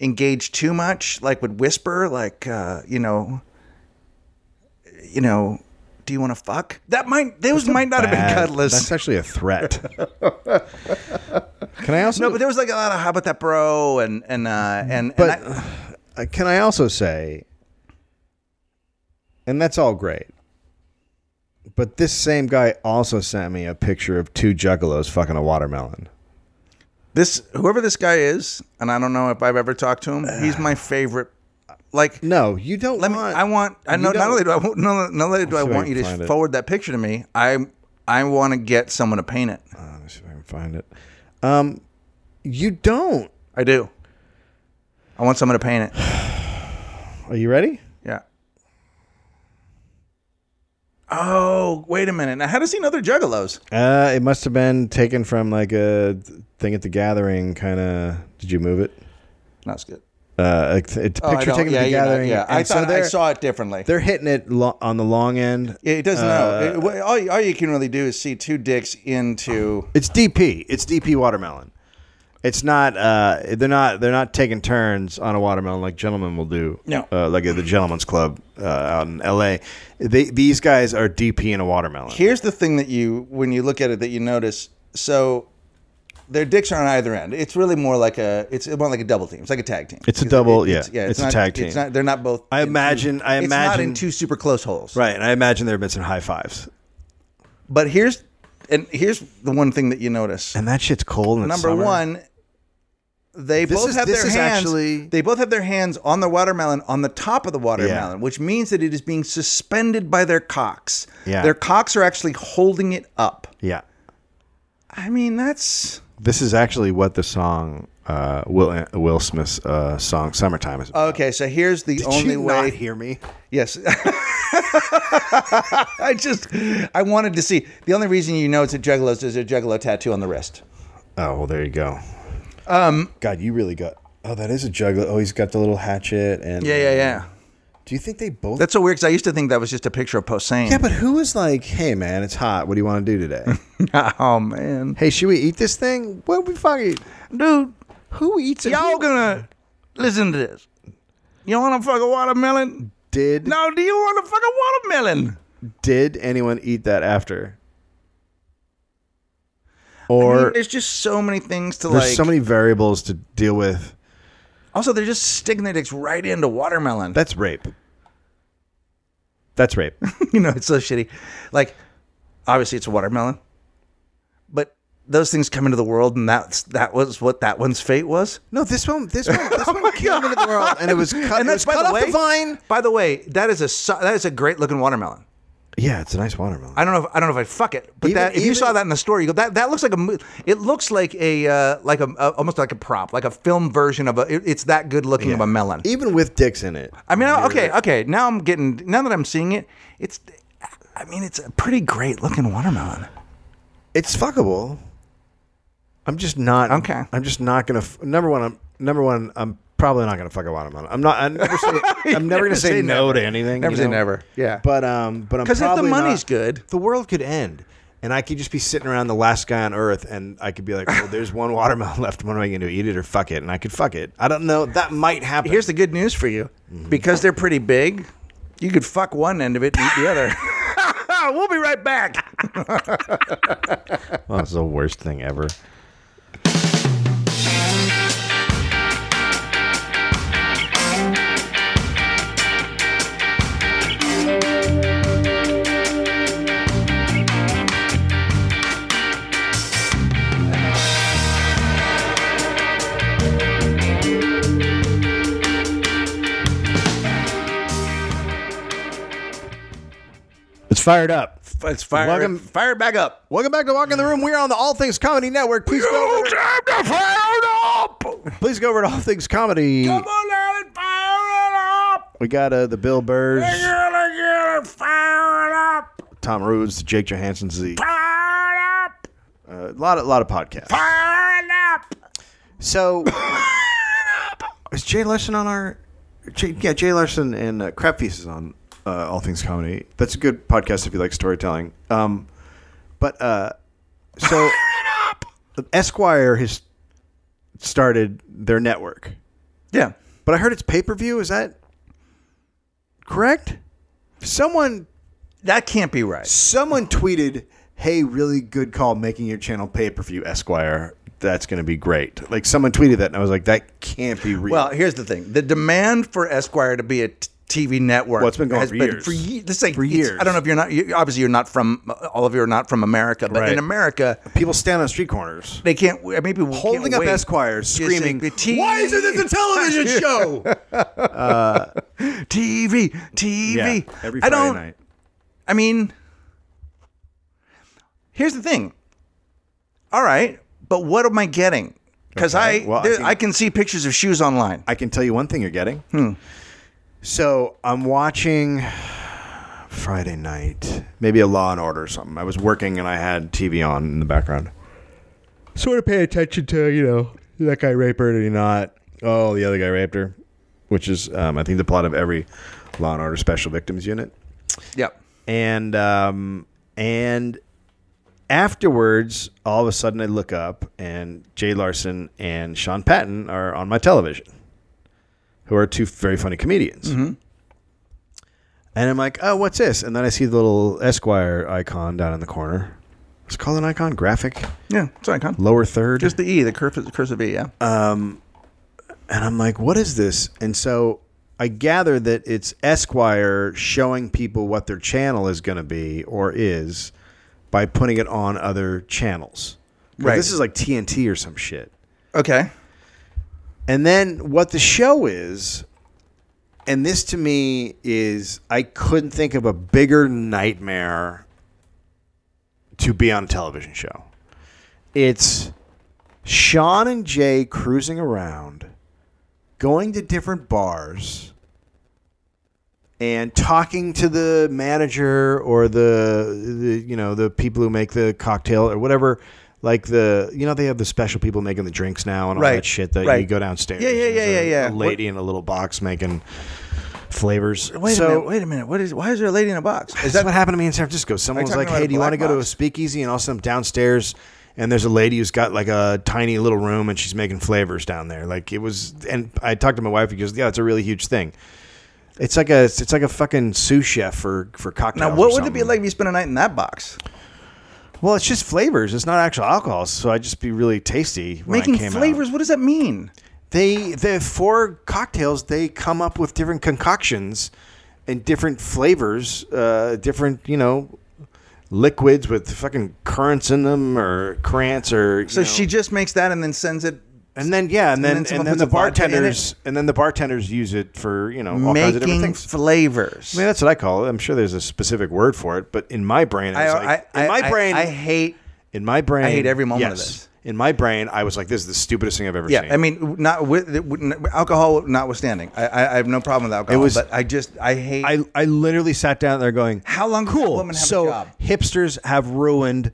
Speaker 2: engage too much, like would whisper, like, uh, you know, you know, do you want to fuck? That might those might not have been
Speaker 4: Bad.
Speaker 2: cutlass.
Speaker 4: That's actually
Speaker 2: [LAUGHS]
Speaker 4: a threat. Can I also
Speaker 2: no, but there was like a lot of how about that, bro, and and uh, and
Speaker 4: But
Speaker 2: and I,
Speaker 4: uh, can I also say, and that's all great, but this same guy also sent me a picture of two juggalos fucking a watermelon.
Speaker 2: this whoever this guy is, and I don't know if I've ever talked to him. He's my favorite. Like
Speaker 4: No, you don't
Speaker 2: Let me.
Speaker 4: want.
Speaker 2: I want. I
Speaker 4: you
Speaker 2: know. Not
Speaker 4: don't-
Speaker 2: only do I want. No, no, not only do I
Speaker 4: see if I
Speaker 2: want you
Speaker 4: can find
Speaker 2: to
Speaker 4: it.
Speaker 2: forward that picture to me. I. I want to get someone to paint it.
Speaker 4: Uh, let me see if I can find it. Um, you don't.
Speaker 2: I do. I want someone to paint it.
Speaker 4: Are you ready?
Speaker 2: Yeah. Oh wait a minute. Now how does he know they're juggalos?
Speaker 4: Uh, it must have been taken from like a thing at the gathering. Kind of. Did you move it?
Speaker 2: That's good.
Speaker 4: Uh, it's it's a
Speaker 2: Oh, I
Speaker 4: picture
Speaker 2: don't-
Speaker 4: taken at the
Speaker 2: you're not-
Speaker 4: gathering.
Speaker 2: yeah, I
Speaker 4: and so
Speaker 2: thought I
Speaker 4: they're-
Speaker 2: saw it differently.
Speaker 4: They're hitting it lo- on the long end.
Speaker 2: Yeah, It doesn't
Speaker 4: Uh,
Speaker 2: know. It- well, all, you- all you can really do is see two dicks into.
Speaker 4: It's DP. It's DP watermelon. It's not. Uh, they're not. They're not taking turns on a watermelon like gentlemen will do.
Speaker 2: No.
Speaker 4: Uh, like at the gentlemen's club uh, out in L.A. They, these guys are DP in a watermelon.
Speaker 2: Here's the thing that you, when you look at it, that you notice. So, their dicks are on either end. It's really more like a, it's more like a double team. It's like a tag team.
Speaker 4: It's a double-
Speaker 2: it's-
Speaker 4: yeah, it's a
Speaker 2: not-
Speaker 4: tag
Speaker 2: It's
Speaker 4: team.
Speaker 2: not. They're not both.
Speaker 4: I
Speaker 2: in two-
Speaker 4: imagine- I
Speaker 2: It's not in
Speaker 4: imagine-
Speaker 2: two super close holes.
Speaker 4: Right, and I imagine there have been some high fives.
Speaker 2: But here's, and here's the one thing that you notice.
Speaker 4: And that shit's cold. And it's
Speaker 2: Number
Speaker 4: summer.
Speaker 2: one, they
Speaker 4: This
Speaker 2: both
Speaker 4: is-
Speaker 2: have
Speaker 4: this
Speaker 2: their
Speaker 4: is
Speaker 2: hands.
Speaker 4: actually-
Speaker 2: They both have their hands on the watermelon, on the top of the watermelon, which means that it is being suspended by their cocks.
Speaker 4: Yeah.
Speaker 2: Their cocks are actually holding it up.
Speaker 4: Yeah,
Speaker 2: I mean, that's
Speaker 4: this is actually what the song uh, Will Will Smith's uh, song "Summertime" is. About.
Speaker 2: okay. So here's the only
Speaker 4: you
Speaker 2: way.
Speaker 4: not hear me?
Speaker 2: Yes. [LAUGHS] I just I wanted to see. The only reason you know it's a juggalo is there's a juggalo tattoo on the wrist.
Speaker 4: Oh well, there you go. Um, God, you really got. Oh, that is a juggler. Oh, he's got the little hatchet and
Speaker 2: yeah.
Speaker 4: Do you think they both?
Speaker 2: That's so weird because I used to think that was just a picture of Posehn.
Speaker 4: yeah, but who was like, "Hey, man, it's hot. What do you want to
Speaker 2: [LAUGHS]
Speaker 4: do today?
Speaker 2: oh man,
Speaker 4: hey, should we eat this thing? What we fucking
Speaker 2: dude.
Speaker 4: who eats it?
Speaker 2: Y'all
Speaker 4: Who
Speaker 2: gonna listen to this. You wanna fuck a watermelon?
Speaker 4: did
Speaker 2: No, do you wanna fuck a watermelon?
Speaker 4: did anyone eat that after?
Speaker 2: I
Speaker 4: Or
Speaker 2: mean, there's just so many things to
Speaker 4: there's
Speaker 2: like.
Speaker 4: so many variables to deal with.
Speaker 2: also, they're just sticking their dicks right into watermelon. [LAUGHS]
Speaker 4: That's rape. That's rape.
Speaker 2: you know, it's so shitty. Like, obviously, it's a watermelon, but those things come into the world, and that's that was what that one's fate was.
Speaker 4: no, this one, [LAUGHS] this one, this one came into the world, and it was cut.
Speaker 2: and
Speaker 4: it
Speaker 2: that's
Speaker 4: was
Speaker 2: by
Speaker 4: cut
Speaker 2: the
Speaker 4: off
Speaker 2: way.
Speaker 4: the vine.
Speaker 2: By the way, that is a su- that is a great looking watermelon.
Speaker 4: Yeah, it's a nice watermelon.
Speaker 2: I don't know. If, I don't know if I'd fuck it, but
Speaker 4: Even-
Speaker 2: that if you
Speaker 4: even-
Speaker 2: saw that in the store, you go that that looks like a. mo- It looks like a uh, like a, a- almost like a prop, like a film version of a. it- it's that good looking of a melon.
Speaker 4: Even with dicks in it,
Speaker 2: I mean, I- okay, okay. Now I'm getting. Now that I'm seeing it, it's. I mean, it's a pretty great looking watermelon.
Speaker 4: it's fuckable. I'm just not
Speaker 2: Okay.
Speaker 4: I'm just not gonna. f- Number one, I'm number one. I'm probably not gonna fuck a watermelon. I'm not.
Speaker 2: [LAUGHS]
Speaker 4: I'm never, say, I'm never gonna say,
Speaker 2: say
Speaker 4: no
Speaker 2: never.
Speaker 4: to anything.
Speaker 2: Never
Speaker 4: you
Speaker 2: say
Speaker 4: know?
Speaker 2: never. Yeah.
Speaker 4: But um. But I'm
Speaker 2: 'Cause if the
Speaker 4: probably
Speaker 2: money's
Speaker 4: not-
Speaker 2: good-
Speaker 4: the world could end, and I could just be sitting around the last guy on Earth, and I could be like, well, there's one watermelon [LAUGHS] left. What am I gonna do? Eat it or fuck it? And I could fuck it. I don't know. That might happen.
Speaker 2: Here's the good news for you, because they're pretty big, you could fuck one end of it and eat the [LAUGHS] other. we'll be right back.
Speaker 4: well, that's the worst thing ever. It's fired up.
Speaker 2: Let's fire
Speaker 4: Welcome-
Speaker 2: fire it back up.
Speaker 4: Welcome back to Walk in the Room. We're on the All Things Comedy Network. Please go over to,
Speaker 2: to fire it up.
Speaker 4: please go over to All Things Comedy.
Speaker 2: on out and fire it up.
Speaker 4: We got uh, the Bill Burrs,
Speaker 2: gonna get it fired up,
Speaker 4: Tom Roots, the Jake Johansson's, the
Speaker 2: fired up,
Speaker 4: a lot of lot of podcasts.
Speaker 2: fired up.
Speaker 4: So is Jay Larson on our? Jay, yeah, Jay Larson and uh, Crap Feast is on uh, All Things Comedy. That's a good podcast if you like storytelling. Um, but uh, so
Speaker 1: Esquire has started their network,
Speaker 2: Yeah.
Speaker 1: but I heard it's pay per view. Is that correct? Someone
Speaker 2: That can't be right.
Speaker 1: someone tweeted, "Hey, really good call making your channel pay per view, Esquire. That's going to be great." Like someone tweeted that, and I was like, "That can't be real."
Speaker 2: Well, here's the thing: the demand for Esquire to be a t- TV network
Speaker 1: Well, it's been going
Speaker 2: has
Speaker 1: for
Speaker 2: been
Speaker 1: years.
Speaker 2: for ye- This thing, for
Speaker 1: years.
Speaker 2: I don't know if you're not. You, obviously, you're not from. All of you are not from America, but
Speaker 1: Right.
Speaker 2: in America,
Speaker 1: people stand on street corners.
Speaker 2: they can't. I mean, people
Speaker 1: Holding
Speaker 2: can't
Speaker 1: up
Speaker 2: wait.
Speaker 1: Esquire,
Speaker 2: Just say,
Speaker 1: screaming,
Speaker 2: "The TV,
Speaker 1: "Why isn't this a television
Speaker 2: [LAUGHS]
Speaker 1: show?"
Speaker 2: TV, TV?"
Speaker 1: every Friday
Speaker 2: I don't.
Speaker 1: night.
Speaker 2: I mean, here's the thing. All right, but what am I getting? Because
Speaker 1: Okay,
Speaker 2: I,
Speaker 1: well, I
Speaker 2: there,
Speaker 1: can-
Speaker 2: I can see pictures of shoes online.
Speaker 1: I can tell you one thing you're getting. So I'm watching Friday night, maybe a Law and Order or something. I was working and I had TV on in the background. Sort of pay attention to, you know, did that guy rape her, did he not? Oh, the other guy raped her, which is, um, I think, the plot of every Law and Order Special Victims Unit
Speaker 2: Yep.
Speaker 1: and um, and afterwards, all of a sudden, I look up and Jay Larson and Sean Patton are on my television, who are two very funny comedians.
Speaker 2: Mm-hmm.
Speaker 1: And I'm like, oh, what's this? And then I see the little Esquire icon down in the corner. It's called an icon, graphic,
Speaker 2: Yeah, it's an icon.
Speaker 1: lower third.
Speaker 2: Just the E, the cursive, cursive E. Yeah.
Speaker 1: and I'm like, what is this? And so I gather that it's Esquire showing people what their channel is going to be or is by putting it on other channels. 'Cause
Speaker 2: Right.
Speaker 1: This is like TNT or some shit.
Speaker 2: okay.
Speaker 1: And then what the show is, and this to me is, I couldn't think of a bigger nightmare to be on a television show. It's Sean and Jay cruising around, going to different bars, and talking to the manager or the, the you know the people who make the cocktail or whatever. Like the you know they have the special people making the drinks now and all
Speaker 2: Right,
Speaker 1: that shit that you
Speaker 2: right.
Speaker 1: go downstairs.
Speaker 2: Yeah, yeah,
Speaker 1: and
Speaker 2: yeah,
Speaker 1: there's a-
Speaker 2: yeah, yeah.
Speaker 1: A lady in a little box making flavors.
Speaker 2: Wait
Speaker 1: so,
Speaker 2: a minute. Wait a minute. What is? Why is there a lady in
Speaker 1: [LAUGHS]
Speaker 2: a box? Is
Speaker 1: Is that what happened to me in San Francisco? Someone was
Speaker 2: talking
Speaker 1: like,
Speaker 2: about
Speaker 1: "Hey,
Speaker 2: a
Speaker 1: do you want to
Speaker 2: black
Speaker 1: go to a
Speaker 2: box?
Speaker 1: speakeasy?" And all of a sudden, downstairs, and there's a lady who's got like a tiny little room, and she's making flavors down there. Like it was, and I talked to my wife. He goes, "Yeah, it's a really huge thing. It's like a it's like a fucking sous chef for for cocktails."
Speaker 2: now,
Speaker 1: or
Speaker 2: what would it be
Speaker 1: something.
Speaker 2: like if you spent a night in that box?
Speaker 1: Well, it's just flavors. It's not actual alcohol, so I would just be really tasty when I
Speaker 2: Making
Speaker 1: came out.
Speaker 2: flavors. What does that mean?
Speaker 1: They the for cocktails they come up with different concoctions and different flavors, uh, different you know liquids with fucking currants in them or crants or you
Speaker 2: So
Speaker 1: know.
Speaker 2: she just makes that and then sends it.
Speaker 1: and then yeah and
Speaker 2: then
Speaker 1: then and then,
Speaker 2: someone puts
Speaker 1: the
Speaker 2: a vodka in it?
Speaker 1: bartenders and then the bartenders use it for you know all kinds of different
Speaker 2: Making
Speaker 1: things.
Speaker 2: flavors.
Speaker 1: I mean, that's what I call it. I'm sure there's a specific word for it, but in my brain, I
Speaker 2: I,
Speaker 1: was
Speaker 2: I,
Speaker 1: like, in
Speaker 2: I-
Speaker 1: my
Speaker 2: I-
Speaker 1: brain,
Speaker 2: I hate.
Speaker 1: in my brain,
Speaker 2: hate every moment of
Speaker 1: yes.
Speaker 2: this.
Speaker 1: In my brain, I was like, this is the stupidest thing I've ever
Speaker 2: Yeah,
Speaker 1: seen.
Speaker 2: I mean, not with alcohol, notwithstanding. I, I, I have no problem with alcohol,
Speaker 1: was-
Speaker 2: but I just I hate.
Speaker 1: I, I literally sat down there going,
Speaker 2: How long does that
Speaker 1: Cool.
Speaker 2: woman have a
Speaker 1: so
Speaker 2: job?"
Speaker 1: hipsters have ruined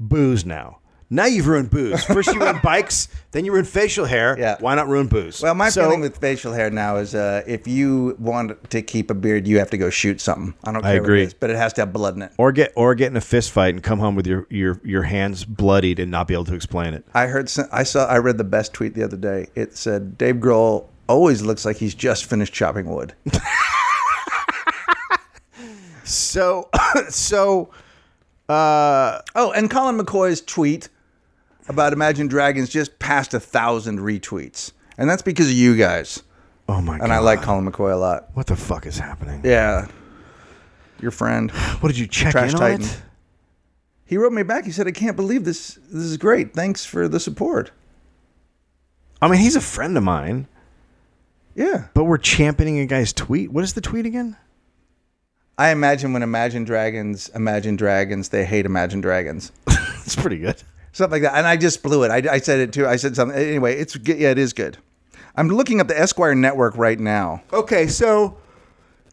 Speaker 1: booze now. Now you've ruined [LAUGHS] booze. First you ruined bikes, then you ruined facial hair.
Speaker 2: Yeah.
Speaker 1: Why not ruin booze?
Speaker 2: well, my
Speaker 1: So-
Speaker 2: feeling with facial hair now is uh, if you want to keep a beard, you have to go shoot something. I don't care
Speaker 1: I
Speaker 2: what
Speaker 1: agree.
Speaker 2: it is, but it has to have blood in it.
Speaker 1: or get or get in a fist fight and come home with your your your hands bloodied and not be able to explain it.
Speaker 2: I heard, some- I saw, I read the best tweet the other day. It said, Dave Grohl always looks like he's just finished chopping wood.
Speaker 1: So so
Speaker 2: oh, and Colin McCoy's tweet about Imagine Dragons just passed a thousand retweets. And that's because of you guys.
Speaker 1: oh my god.
Speaker 2: And I like Colin McCoy a lot.
Speaker 1: what the fuck is happening?
Speaker 2: Yeah. Your friend,
Speaker 1: What did you check
Speaker 2: Trash
Speaker 1: in
Speaker 2: Titan.
Speaker 1: on it?
Speaker 2: He wrote me back. He said, I can't believe this. This is great. Thanks for the support.
Speaker 1: I mean, he's a friend of mine,
Speaker 2: Yeah.
Speaker 1: but we're championing a guy's tweet. What is the tweet again?
Speaker 2: I imagine when Imagine Dragons, Imagine Dragons, they hate
Speaker 1: [LAUGHS]
Speaker 2: Imagine Dragons.
Speaker 1: It's pretty good.
Speaker 2: something like that. And I just blew it. I, I said it too. I said something. Anyway, it's good. yeah, it is good. I'm looking up the Esquire network right now.
Speaker 1: Okay, so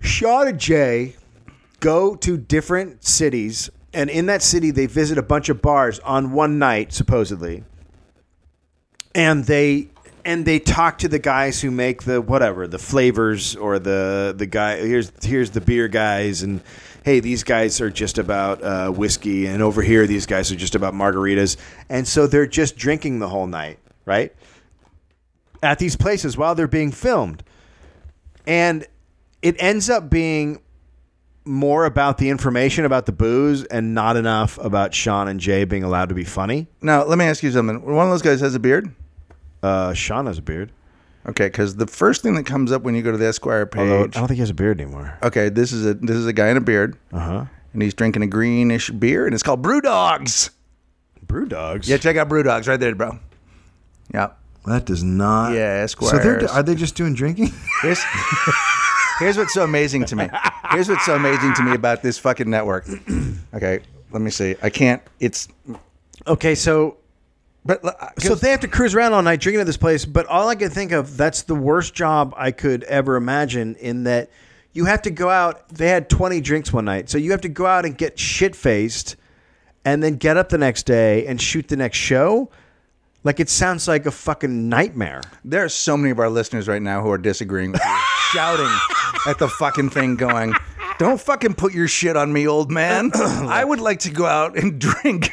Speaker 1: Shaw and Jay go to different cities, and in that city, they visit a bunch of bars on one night, supposedly. And they
Speaker 4: and they talk to the guys who make the whatever the flavors or the the guy here's here's the beer guys and hey these guys are just about uh, whiskey and over here these guys are just about margaritas and so they're just drinking the whole night right at these places while they're being filmed and it ends up being more about the information about the booze and not enough about Sean and Jay being allowed to be funny.
Speaker 2: Now, let me ask you something. One of those guys has a beard?
Speaker 4: Uh, Sean has a beard.
Speaker 2: Okay, because the first thing that comes up when you go to the Esquire
Speaker 4: Although I
Speaker 2: page.
Speaker 4: don't think he has a beard anymore.
Speaker 2: Okay, this is a this is a guy in a beard,
Speaker 4: Uh huh.
Speaker 2: and he's drinking a greenish beer, and it's called Brew Dogs.
Speaker 4: Brew dogs.
Speaker 2: Yeah, check out Brew Dogs right there, bro. Yeah,
Speaker 4: that does not.
Speaker 2: yeah, Esquire.
Speaker 4: So they're are they just doing drinking?
Speaker 2: Here's, here's what's so amazing to me. Here's what's so amazing to me about this fucking network. [CLEARS THROAT] Okay, let me see. I can't. It's
Speaker 4: okay, so
Speaker 2: but uh,
Speaker 1: So they have to cruise around all night drinking at this place, but all I could think of, that's the worst job I could ever imagine in that you have to go out. They had 20 drinks one night. So you have to go out and get shit faced and then get up the next day and shoot the next show. Like it sounds like a fucking nightmare.
Speaker 2: there are so many of our listeners right now who are disagreeing with you, shouting at the fucking thing, going, "Don't fucking put your shit on me, old man. I would like to go out and drink.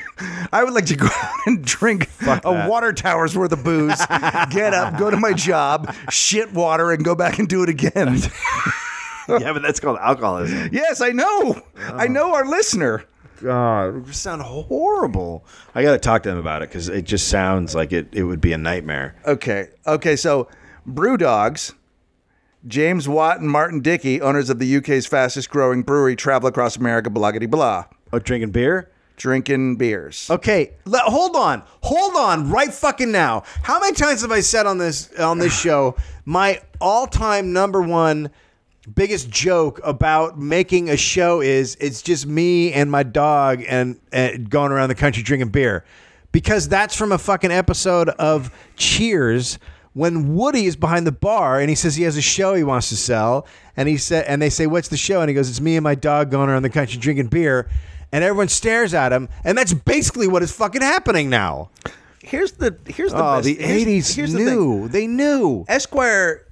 Speaker 2: I would like to go out and drink a water tower's worth of booze. Get up, go to my job, shit water, and go back and do it again."
Speaker 4: [LAUGHS] yeah, but that's called alcoholism.
Speaker 2: [LAUGHS] yes, I know. I know our listener.
Speaker 4: God, it would sound horrible. I got to talk to them about it because it just sounds like it, it would be a nightmare.
Speaker 2: Okay. Okay. So, Brew Dogs, James Watt and Martin Dickey, owners of the UK's fastest growing brewery, travel across America, bloggity blah,
Speaker 1: Oh, drinking beer?
Speaker 2: drinking beers.
Speaker 1: Okay, le- hold on, hold on, right fucking now. How many times have I said on this on this show my all time number one biggest joke about making a show is it's just me and my dog and, and going around the country drinking beer because that's from a fucking episode of Cheers when Woody is behind the bar and he says he has a show he wants to sell and he said and they say what's the show and he goes it's me and my dog going around the country drinking beer and everyone stares at him and that's basically what is fucking happening now.
Speaker 2: Here's the here's the
Speaker 1: Oh,
Speaker 2: best-
Speaker 1: the
Speaker 2: here's-
Speaker 1: 80s
Speaker 2: here's the thing.
Speaker 1: knew. they knew.
Speaker 2: Esquire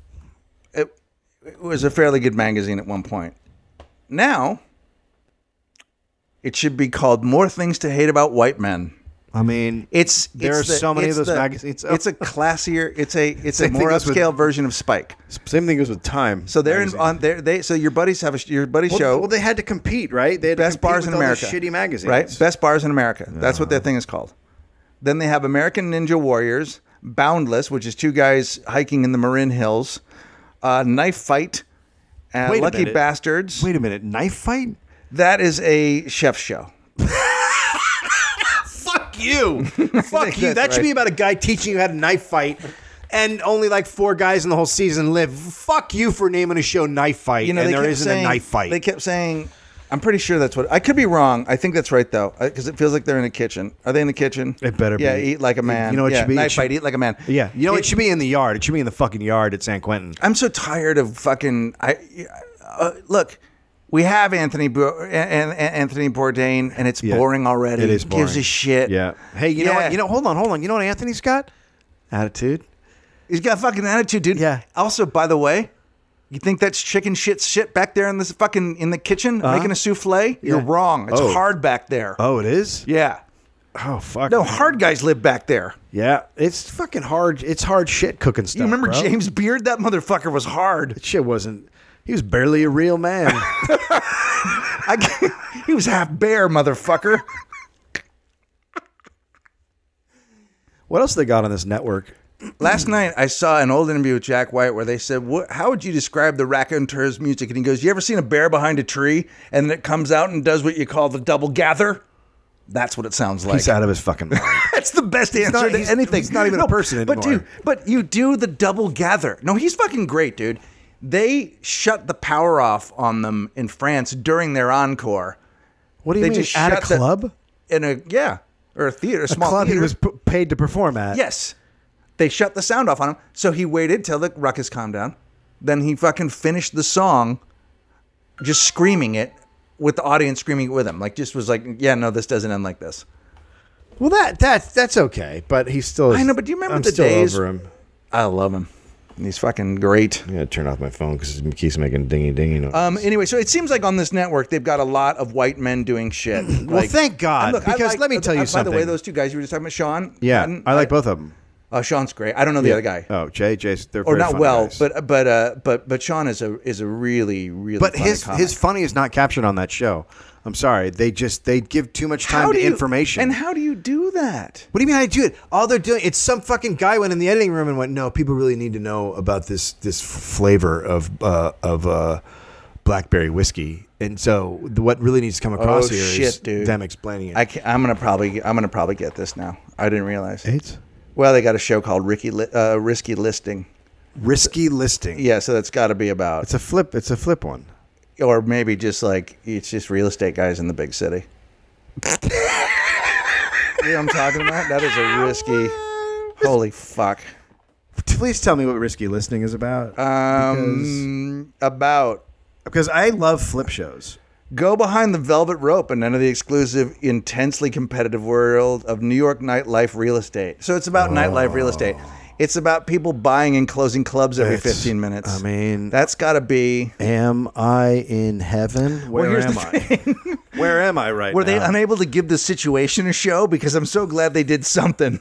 Speaker 2: it, it was a fairly good magazine at one point. Now, it should be called "More Things to Hate About White Men."
Speaker 1: I mean,
Speaker 2: It's
Speaker 1: There
Speaker 2: it's
Speaker 1: are
Speaker 2: the-
Speaker 1: so many of
Speaker 2: it's
Speaker 1: those
Speaker 2: the-
Speaker 1: magazines.
Speaker 2: It's a classier. It's a it's a
Speaker 4: Same thing
Speaker 2: more
Speaker 4: goes with-
Speaker 2: upscale version of Spike.
Speaker 4: Same thing goes with time.
Speaker 2: So they're in,
Speaker 4: magazine.
Speaker 2: on there. They so your buddies have a sh- your buddy
Speaker 4: well,
Speaker 2: show.
Speaker 4: Well, they had to compete, right? They had to
Speaker 2: best
Speaker 4: compete
Speaker 2: bars
Speaker 4: with
Speaker 2: in
Speaker 4: all these
Speaker 2: America.
Speaker 4: Shitty magazines,
Speaker 2: right? Best bars in America. That's what their thing is called. Then they have American Ninja Warriors, Boundless, which is two guys hiking in the Marin Hills, uh, Knife Fight, uh,
Speaker 1: Wait a
Speaker 2: Lucky
Speaker 1: minute.
Speaker 2: Bastards.
Speaker 1: wait a minute, knife fight?
Speaker 2: That is a chef show.
Speaker 1: Fuck you. Fuck you.
Speaker 2: that's
Speaker 1: That should
Speaker 2: right.
Speaker 1: be about a guy teaching you how to knife fight and only like four guys in the whole season live. Fuck you for naming a show Knife Fight
Speaker 2: You know,
Speaker 1: and
Speaker 2: they
Speaker 1: there
Speaker 2: kept
Speaker 1: isn't
Speaker 2: saying,
Speaker 1: a knife fight.
Speaker 2: They kept saying, "I'm pretty sure that's what." I could be wrong. I think that's right though, because it feels like they're in a kitchen. Are they in the kitchen?
Speaker 1: It better
Speaker 2: yeah,
Speaker 1: be.
Speaker 2: eat like a man.
Speaker 1: You know what it
Speaker 2: yeah,
Speaker 1: should be? It
Speaker 2: Knife
Speaker 1: should-
Speaker 2: fight, eat like a man.
Speaker 1: yeah. You know, it, should be in the yard. It should be in the fucking yard at San Quentin.
Speaker 2: I'm so tired of fucking. I uh, look, we have Anthony Bo- and Anthony Bourdain, and it's boring already.
Speaker 1: It is boring.
Speaker 2: Gives a shit.
Speaker 4: Yeah.
Speaker 1: Hey, you know
Speaker 2: Yeah.
Speaker 1: what? You know, hold on, hold on. You know what Anthony's got? Attitude.
Speaker 2: he's got fucking attitude, dude.
Speaker 1: Yeah.
Speaker 2: Also, by the way, you think that's chicken shit shit back there in this fucking in the kitchen making a souffle? You're
Speaker 1: Uh-huh. Yeah.
Speaker 2: wrong. It's
Speaker 4: Oh.
Speaker 2: hard back there.
Speaker 1: Oh, it is?
Speaker 2: Yeah.
Speaker 1: Oh, fuck.
Speaker 2: No, hard guys live back there.
Speaker 1: Yeah. It's fucking hard. It's hard shit cooking stuff.
Speaker 2: You remember
Speaker 1: bro.
Speaker 2: James Beard? That motherfucker was hard.
Speaker 1: That shit wasn't. He was barely a real man.
Speaker 4: [LAUGHS]
Speaker 2: I [LAUGHS] can't- he was half bear, motherfucker.
Speaker 1: what else they got on this network?
Speaker 2: Last night, I saw an old interview with Jack White where they said, what, "How would you describe the raconteur's music?" And he goes, "You ever seen a bear behind a tree, and then it comes out and does what you call the double gather? That's what it sounds like.
Speaker 1: He's out of his fucking mind.
Speaker 2: [LAUGHS] That's the best answer
Speaker 1: not-
Speaker 2: to
Speaker 1: he's-
Speaker 2: anything.
Speaker 1: he's not even a person
Speaker 2: But
Speaker 1: anymore.
Speaker 2: dude, but you do the double gather. No, he's fucking great, dude. They shut the power off on them in France during their encore.
Speaker 1: What do you
Speaker 2: They
Speaker 1: mean?
Speaker 2: just
Speaker 1: at a
Speaker 2: shut the-
Speaker 1: club?
Speaker 2: In a yeah, or a theater, a
Speaker 1: a
Speaker 2: small
Speaker 1: club he
Speaker 2: theater.
Speaker 1: was p- paid to perform at.
Speaker 2: Yes. They shut the sound off on him. So he waited till the ruckus calmed down. Then he fucking finished the song just screaming it with the audience screaming it with him. Like just was like, yeah, no, this doesn't end like this.
Speaker 1: Well, that that that's okay, but he still.
Speaker 2: I know, but do you remember
Speaker 1: I'm
Speaker 2: the
Speaker 1: still
Speaker 2: days-
Speaker 1: over him.
Speaker 2: I love him. He's fucking great.
Speaker 4: I'm gonna turn off my phone because it keeps making dingy dingy noise.
Speaker 2: Um. Anyway, so it seems like on this network they've got a lot of white men doing shit.
Speaker 4: well, thank God,
Speaker 2: I
Speaker 4: because
Speaker 2: like-
Speaker 4: let me
Speaker 2: uh,
Speaker 4: tell you
Speaker 2: uh,
Speaker 4: something.
Speaker 2: By the way, those two guys you were just talking about, Sean.
Speaker 4: yeah,
Speaker 2: Patton,
Speaker 4: I like both of them.
Speaker 2: Uh, Sean's great. I don't know the other guy.
Speaker 4: Oh, Jay, Jay's they're
Speaker 2: or
Speaker 4: very
Speaker 2: not
Speaker 4: fun
Speaker 2: well,
Speaker 4: guys.
Speaker 2: but but uh, but but Sean is a is a really really
Speaker 4: but
Speaker 2: funny
Speaker 4: his
Speaker 2: comic.
Speaker 4: his funny is not captured on that show. I'm sorry, they just they give too much time
Speaker 2: How
Speaker 4: to
Speaker 2: do you-
Speaker 4: information.
Speaker 2: And how do you do that?
Speaker 4: What do you mean I do it? All they're doing it's some fucking guy went in the editing room and went, "No, people really need to know about this this f- flavor of uh, of uh, blackberry whiskey." And so th- what really needs to come across
Speaker 1: Oh,
Speaker 4: here is
Speaker 2: shit, dude.
Speaker 4: them explaining it.
Speaker 2: I can, I'm gonna probably I'm gonna probably get this now. I didn't realize.
Speaker 4: It's
Speaker 2: Well, they got a show called Ricky Li- uh, Risky Listing.
Speaker 4: risky listing.
Speaker 2: Yeah, so that's got to be about
Speaker 4: It's a flip it's a flip one.
Speaker 2: or maybe just like it's just real estate guys in the big [LAUGHS] city. you know what I'm talking about? That is a [LAUGHS] risky. Holy fuck.
Speaker 4: Please tell me what risky listing is about
Speaker 2: Um, about
Speaker 4: because I love flip shows.
Speaker 2: go behind the velvet rope and enter the exclusive, intensely competitive world of New York nightlife real estate. So it's about nightlife real estate. It's about people buying and closing clubs every
Speaker 4: It's-
Speaker 2: 15 minutes.
Speaker 4: I mean-
Speaker 2: that's got to be.
Speaker 4: Am I in heaven? Where
Speaker 2: here's
Speaker 4: am
Speaker 2: the [LAUGHS]
Speaker 4: I? Where am I right
Speaker 2: Were they
Speaker 4: now?
Speaker 2: unable to give the situation a show? Because I'm so glad they did something.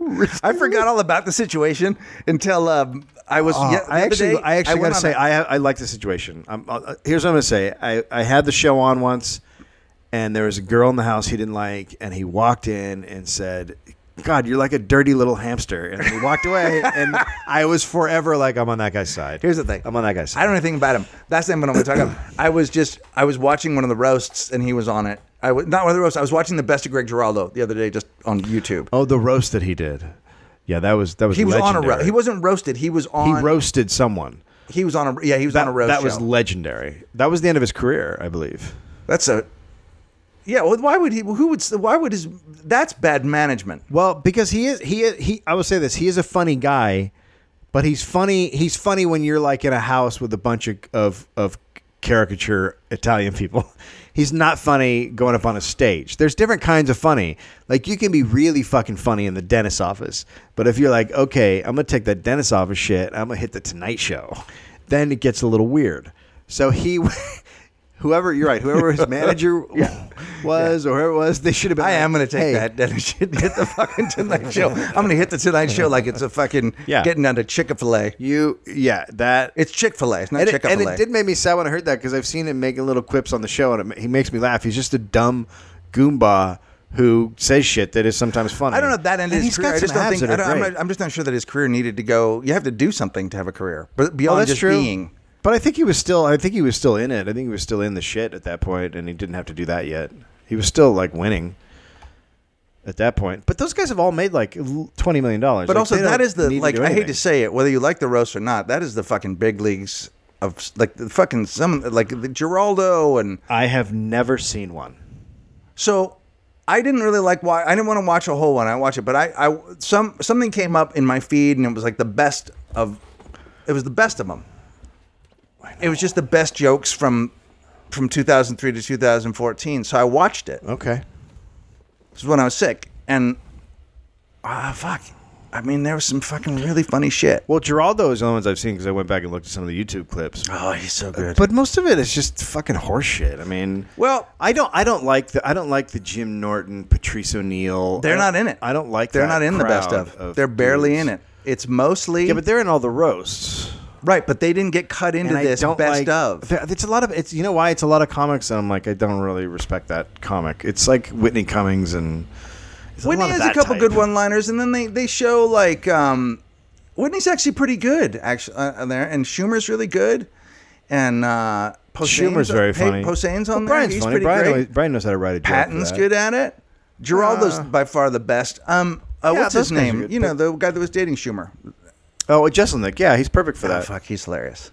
Speaker 2: [LAUGHS] I forgot all about the situation until um, I was.
Speaker 4: Oh,
Speaker 2: yeah, the
Speaker 4: I
Speaker 2: other
Speaker 4: actually,
Speaker 2: day,
Speaker 4: I actually
Speaker 2: went
Speaker 4: got to
Speaker 2: on
Speaker 4: say,
Speaker 2: a-
Speaker 4: I I like the situation. I'm, uh, here's what I'm gonna say. I I had the show on once, and there was a girl in the house he didn't like, and he walked in and said. God, you're like a dirty little hamster, and he walked away,
Speaker 2: [LAUGHS]
Speaker 4: and I was forever like, I'm on that guy's side.
Speaker 2: Here's the thing.
Speaker 4: I'm on that guy's
Speaker 2: I
Speaker 4: side.
Speaker 2: don't know anything about him. That's the thing, but I'm going to talk about. I was just I was watching one of the roasts and he was on it. I was not one of the roasts. I was watching the best of Greg Giraldo the other day, just on YouTube.
Speaker 4: oh, the roast that he did, yeah, that was that was
Speaker 2: he was on a roast.
Speaker 4: legendary.
Speaker 2: He wasn't roasted. He was on.
Speaker 4: he roasted someone.
Speaker 2: He was on a yeah. He was on
Speaker 4: That,
Speaker 2: a roast.
Speaker 4: that was
Speaker 2: show.
Speaker 4: legendary. That was the end of his career, I believe.
Speaker 2: that's a. Yeah. Well, why would he? Who would? Why would his? That's bad management.
Speaker 4: Well, because he is he is, he I will say this, he is a funny guy, but he's funny he's funny when you're like in a house with a bunch of of, of caricature Italian people. [LAUGHS] He's not funny going up on a stage. There's different kinds of funny. Like you can be really fucking funny in the dentist's office, but if you're like, okay, I'm gonna take that dentist's office shit, I'm gonna hit the Tonight Show, [LAUGHS] then it gets a little weird. So he, [LAUGHS] whoever you're right, whoever his
Speaker 2: [LAUGHS]
Speaker 4: manager was or whoever it was, they should have been.
Speaker 2: I
Speaker 4: like,
Speaker 2: am going to take
Speaker 4: "Hey,
Speaker 2: that and shit, hit the fucking Tonight Show. I'm going to hit the Tonight Show like it's a fucking
Speaker 4: Yeah.
Speaker 2: getting down to Chick Fil A.
Speaker 4: You, yeah, that.
Speaker 2: It's Chick Fil A. It's not
Speaker 4: and,
Speaker 2: Chick
Speaker 4: it,
Speaker 2: Fil A.
Speaker 4: and it did make me sad when I heard that because I've seen him making little quips on the show, and it, ma- he makes me laugh. He's just a dumb goomba who says shit that is sometimes funny.
Speaker 2: I don't know if that ended
Speaker 4: And
Speaker 2: his
Speaker 4: he's
Speaker 2: career.
Speaker 4: got
Speaker 2: I just
Speaker 4: some
Speaker 2: don't
Speaker 4: abs
Speaker 2: think.
Speaker 4: that
Speaker 2: I
Speaker 4: are
Speaker 2: don't, I'm,
Speaker 4: great.
Speaker 2: not, I'm just not sure that his career needed to go. You have to do something to have a career, but beyond
Speaker 4: Oh, that's
Speaker 2: just
Speaker 4: true.
Speaker 2: being.
Speaker 4: But I think he was still. I think he was still in it. I think he was still in the shit at that point, and he didn't have to do that yet. He was still like winning at that point. But those guys have all made like l- twenty million dollars.
Speaker 2: But also, that is the like. I hate to
Speaker 4: say
Speaker 2: say it, whether you like the roast or not, that is the fucking big leagues of s- like the fucking some like the Geraldo and
Speaker 4: I have never seen one.
Speaker 2: so. I didn't really like why I didn't want to watch a whole one. I watched it, but I, I some something came up in my feed and it was like the best of, it was the best of them. It was just the best jokes from, from 2003 to 2014. So I watched it.
Speaker 4: Okay.
Speaker 2: This is when I was sick, and ah, fuck. I mean, there was some fucking really funny shit.
Speaker 4: Well, Geraldo is the only ones I've seen because I went back and looked at some of the YouTube clips. Uh,
Speaker 2: Oh, he's so good.
Speaker 4: But most of it is just fucking horseshit. I mean,
Speaker 2: Well-
Speaker 4: I don't, I don't like the, I don't like the Jim Norton, Patrice O'Neill.
Speaker 2: they're
Speaker 4: I don't-
Speaker 2: not in it.
Speaker 4: I don't like.
Speaker 2: They're
Speaker 4: that
Speaker 2: not in the best
Speaker 4: crowd
Speaker 2: of. they're barely
Speaker 4: dudes.
Speaker 2: in it. It's mostly
Speaker 4: Yeah, but they're in all the roasts.
Speaker 2: right, but they didn't get cut into
Speaker 4: And I
Speaker 2: this
Speaker 4: don't
Speaker 2: best
Speaker 4: like,
Speaker 2: of.
Speaker 4: there- It's a lot of. It's you know why it's a lot of comics, and I'm like, I don't really respect that comic. It's like Whitney Cummings and. it's
Speaker 2: Whitney
Speaker 4: lot of
Speaker 2: has a
Speaker 4: that
Speaker 2: couple
Speaker 4: type.
Speaker 2: good one-liners, and then they they show like um, Whitney's actually pretty good actually uh, there, and Schumer's really good, and uh, Posehn's-
Speaker 4: Schumer's very
Speaker 2: Pa-
Speaker 4: funny.
Speaker 2: Posehn's on
Speaker 4: Well,
Speaker 2: there.
Speaker 4: Brian's
Speaker 2: He's
Speaker 4: funny.
Speaker 2: pretty
Speaker 4: Brian,
Speaker 2: great.
Speaker 4: always- Brian knows how to write a joke. for
Speaker 2: Patton's
Speaker 4: that. Uh,
Speaker 2: good at it. Geraldo's by far the best. Um, uh,
Speaker 4: Yeah,
Speaker 2: what's his
Speaker 4: those guys are
Speaker 2: name?
Speaker 4: good,
Speaker 2: you know, the guy that was dating Schumer.
Speaker 4: Oh, Jesselnick. Yeah, he's perfect for
Speaker 2: Oh,
Speaker 4: that.
Speaker 2: fuck, he's hilarious.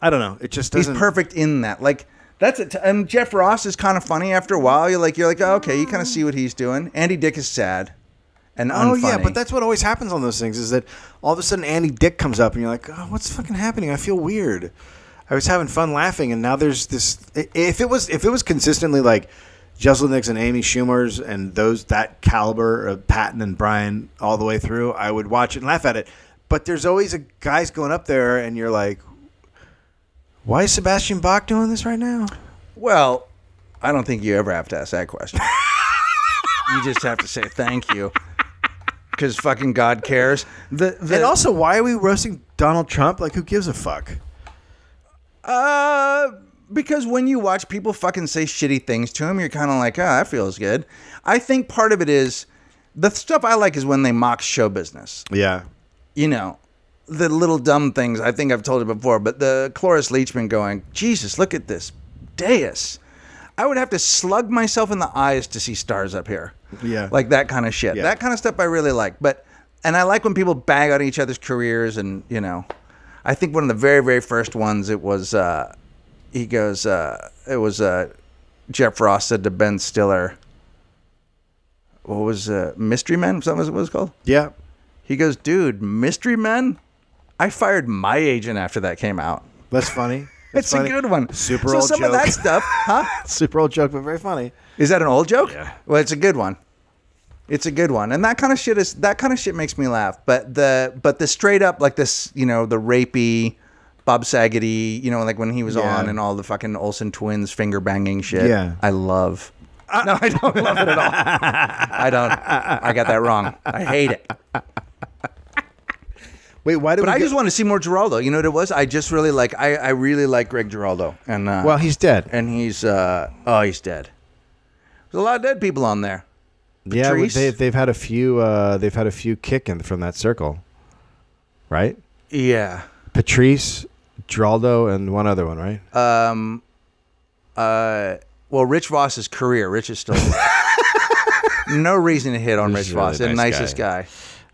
Speaker 4: I don't know. It just
Speaker 2: He's
Speaker 4: doesn't.
Speaker 2: perfect in that. Like that's it. And Jeff Ross is kind of funny after a while. You're like, you're like, oh, okay, you kind of see what he's doing. Andy Dick is sad and
Speaker 4: Oh
Speaker 2: unfunny.
Speaker 4: yeah, but that's what always happens on those things is that all of a sudden Andy Dick comes up and you're like, oh, what's fucking happening? I feel weird. I was having fun laughing and now there's this. i- If it was if it was consistently like Jeselnik's and Amy Schumer's and those that caliber of Patton and Brian all the way through, I would watch it and laugh at it.
Speaker 1: But there's always a guys going up there, and you're like, why is Sebastian Bach doing this right now?
Speaker 2: Well, I don't think you ever have to ask that question. you just have to say thank you. Because fucking God cares. The, the,
Speaker 1: And also, why are we roasting Donald Trump? Like, who gives a fuck?
Speaker 2: Uh, because when you watch people fucking say shitty things to him, you're kind of like, ah, that feels good. I think part of it is the stuff I like is when they mock show business.
Speaker 1: Yeah.
Speaker 2: You know, the little dumb things. I think I've told you before, but the Cloris Leachman going, Jesus, look at this dais. I would have to slug myself in the eyes to see stars up here.
Speaker 1: Yeah.
Speaker 2: Like that kind of shit. That kind of stuff I really like. But and I like when people bag on each other's careers and you know, I think one of the very very first ones it was uh, he goes uh, it was uh, Jeff Ross said to Ben Stiller. What was uh, Mystery Men? Something was what it was called.
Speaker 1: Yeah.
Speaker 2: He goes, dude, Mystery Men. I fired my agent after that came out.
Speaker 1: That's [LAUGHS] funny. That's
Speaker 2: It's
Speaker 1: funny.
Speaker 2: a good one.
Speaker 1: Super
Speaker 2: so
Speaker 1: old
Speaker 2: some of
Speaker 1: joke.
Speaker 2: that stuff,
Speaker 1: [LAUGHS]
Speaker 2: huh?
Speaker 1: Super old joke, but very funny.
Speaker 2: Is that an old joke?
Speaker 1: Yeah.
Speaker 2: Well, it's a good one. It's a good one, and that kind of shit is that kind of shit makes me laugh. But the but the straight up like this, you know, the rapey Bob Saget-y, you know, like when he was
Speaker 1: Yeah.
Speaker 2: on and all the fucking Olsen twins finger banging shit.
Speaker 1: Yeah. Uh,
Speaker 2: I love. [LAUGHS] no, I don't love it
Speaker 1: [LAUGHS]
Speaker 2: at all. I don't. I got that wrong. I hate it.
Speaker 1: Wait, why did
Speaker 2: But
Speaker 1: we
Speaker 2: I
Speaker 1: get-
Speaker 2: just want to see more Geraldo. You know what it was? I just really like. I I really like Greg Geraldo, and uh,
Speaker 4: Well, he's dead.
Speaker 2: and he's uh oh he's dead. There's a lot of dead people on there.
Speaker 4: Yeah,
Speaker 2: Patrice?
Speaker 4: they, they've had a few. Uh, they've had a few kick in from that circle, right?
Speaker 2: Yeah.
Speaker 4: Patrice, Geraldo, and one other one, right?
Speaker 2: Um. Uh. Well, Rich Voss's career. Rich is still. alive. [LAUGHS] no reason to hit on
Speaker 4: This
Speaker 2: Rich
Speaker 4: is a really
Speaker 2: Voss. the
Speaker 4: nice
Speaker 2: nicest guy.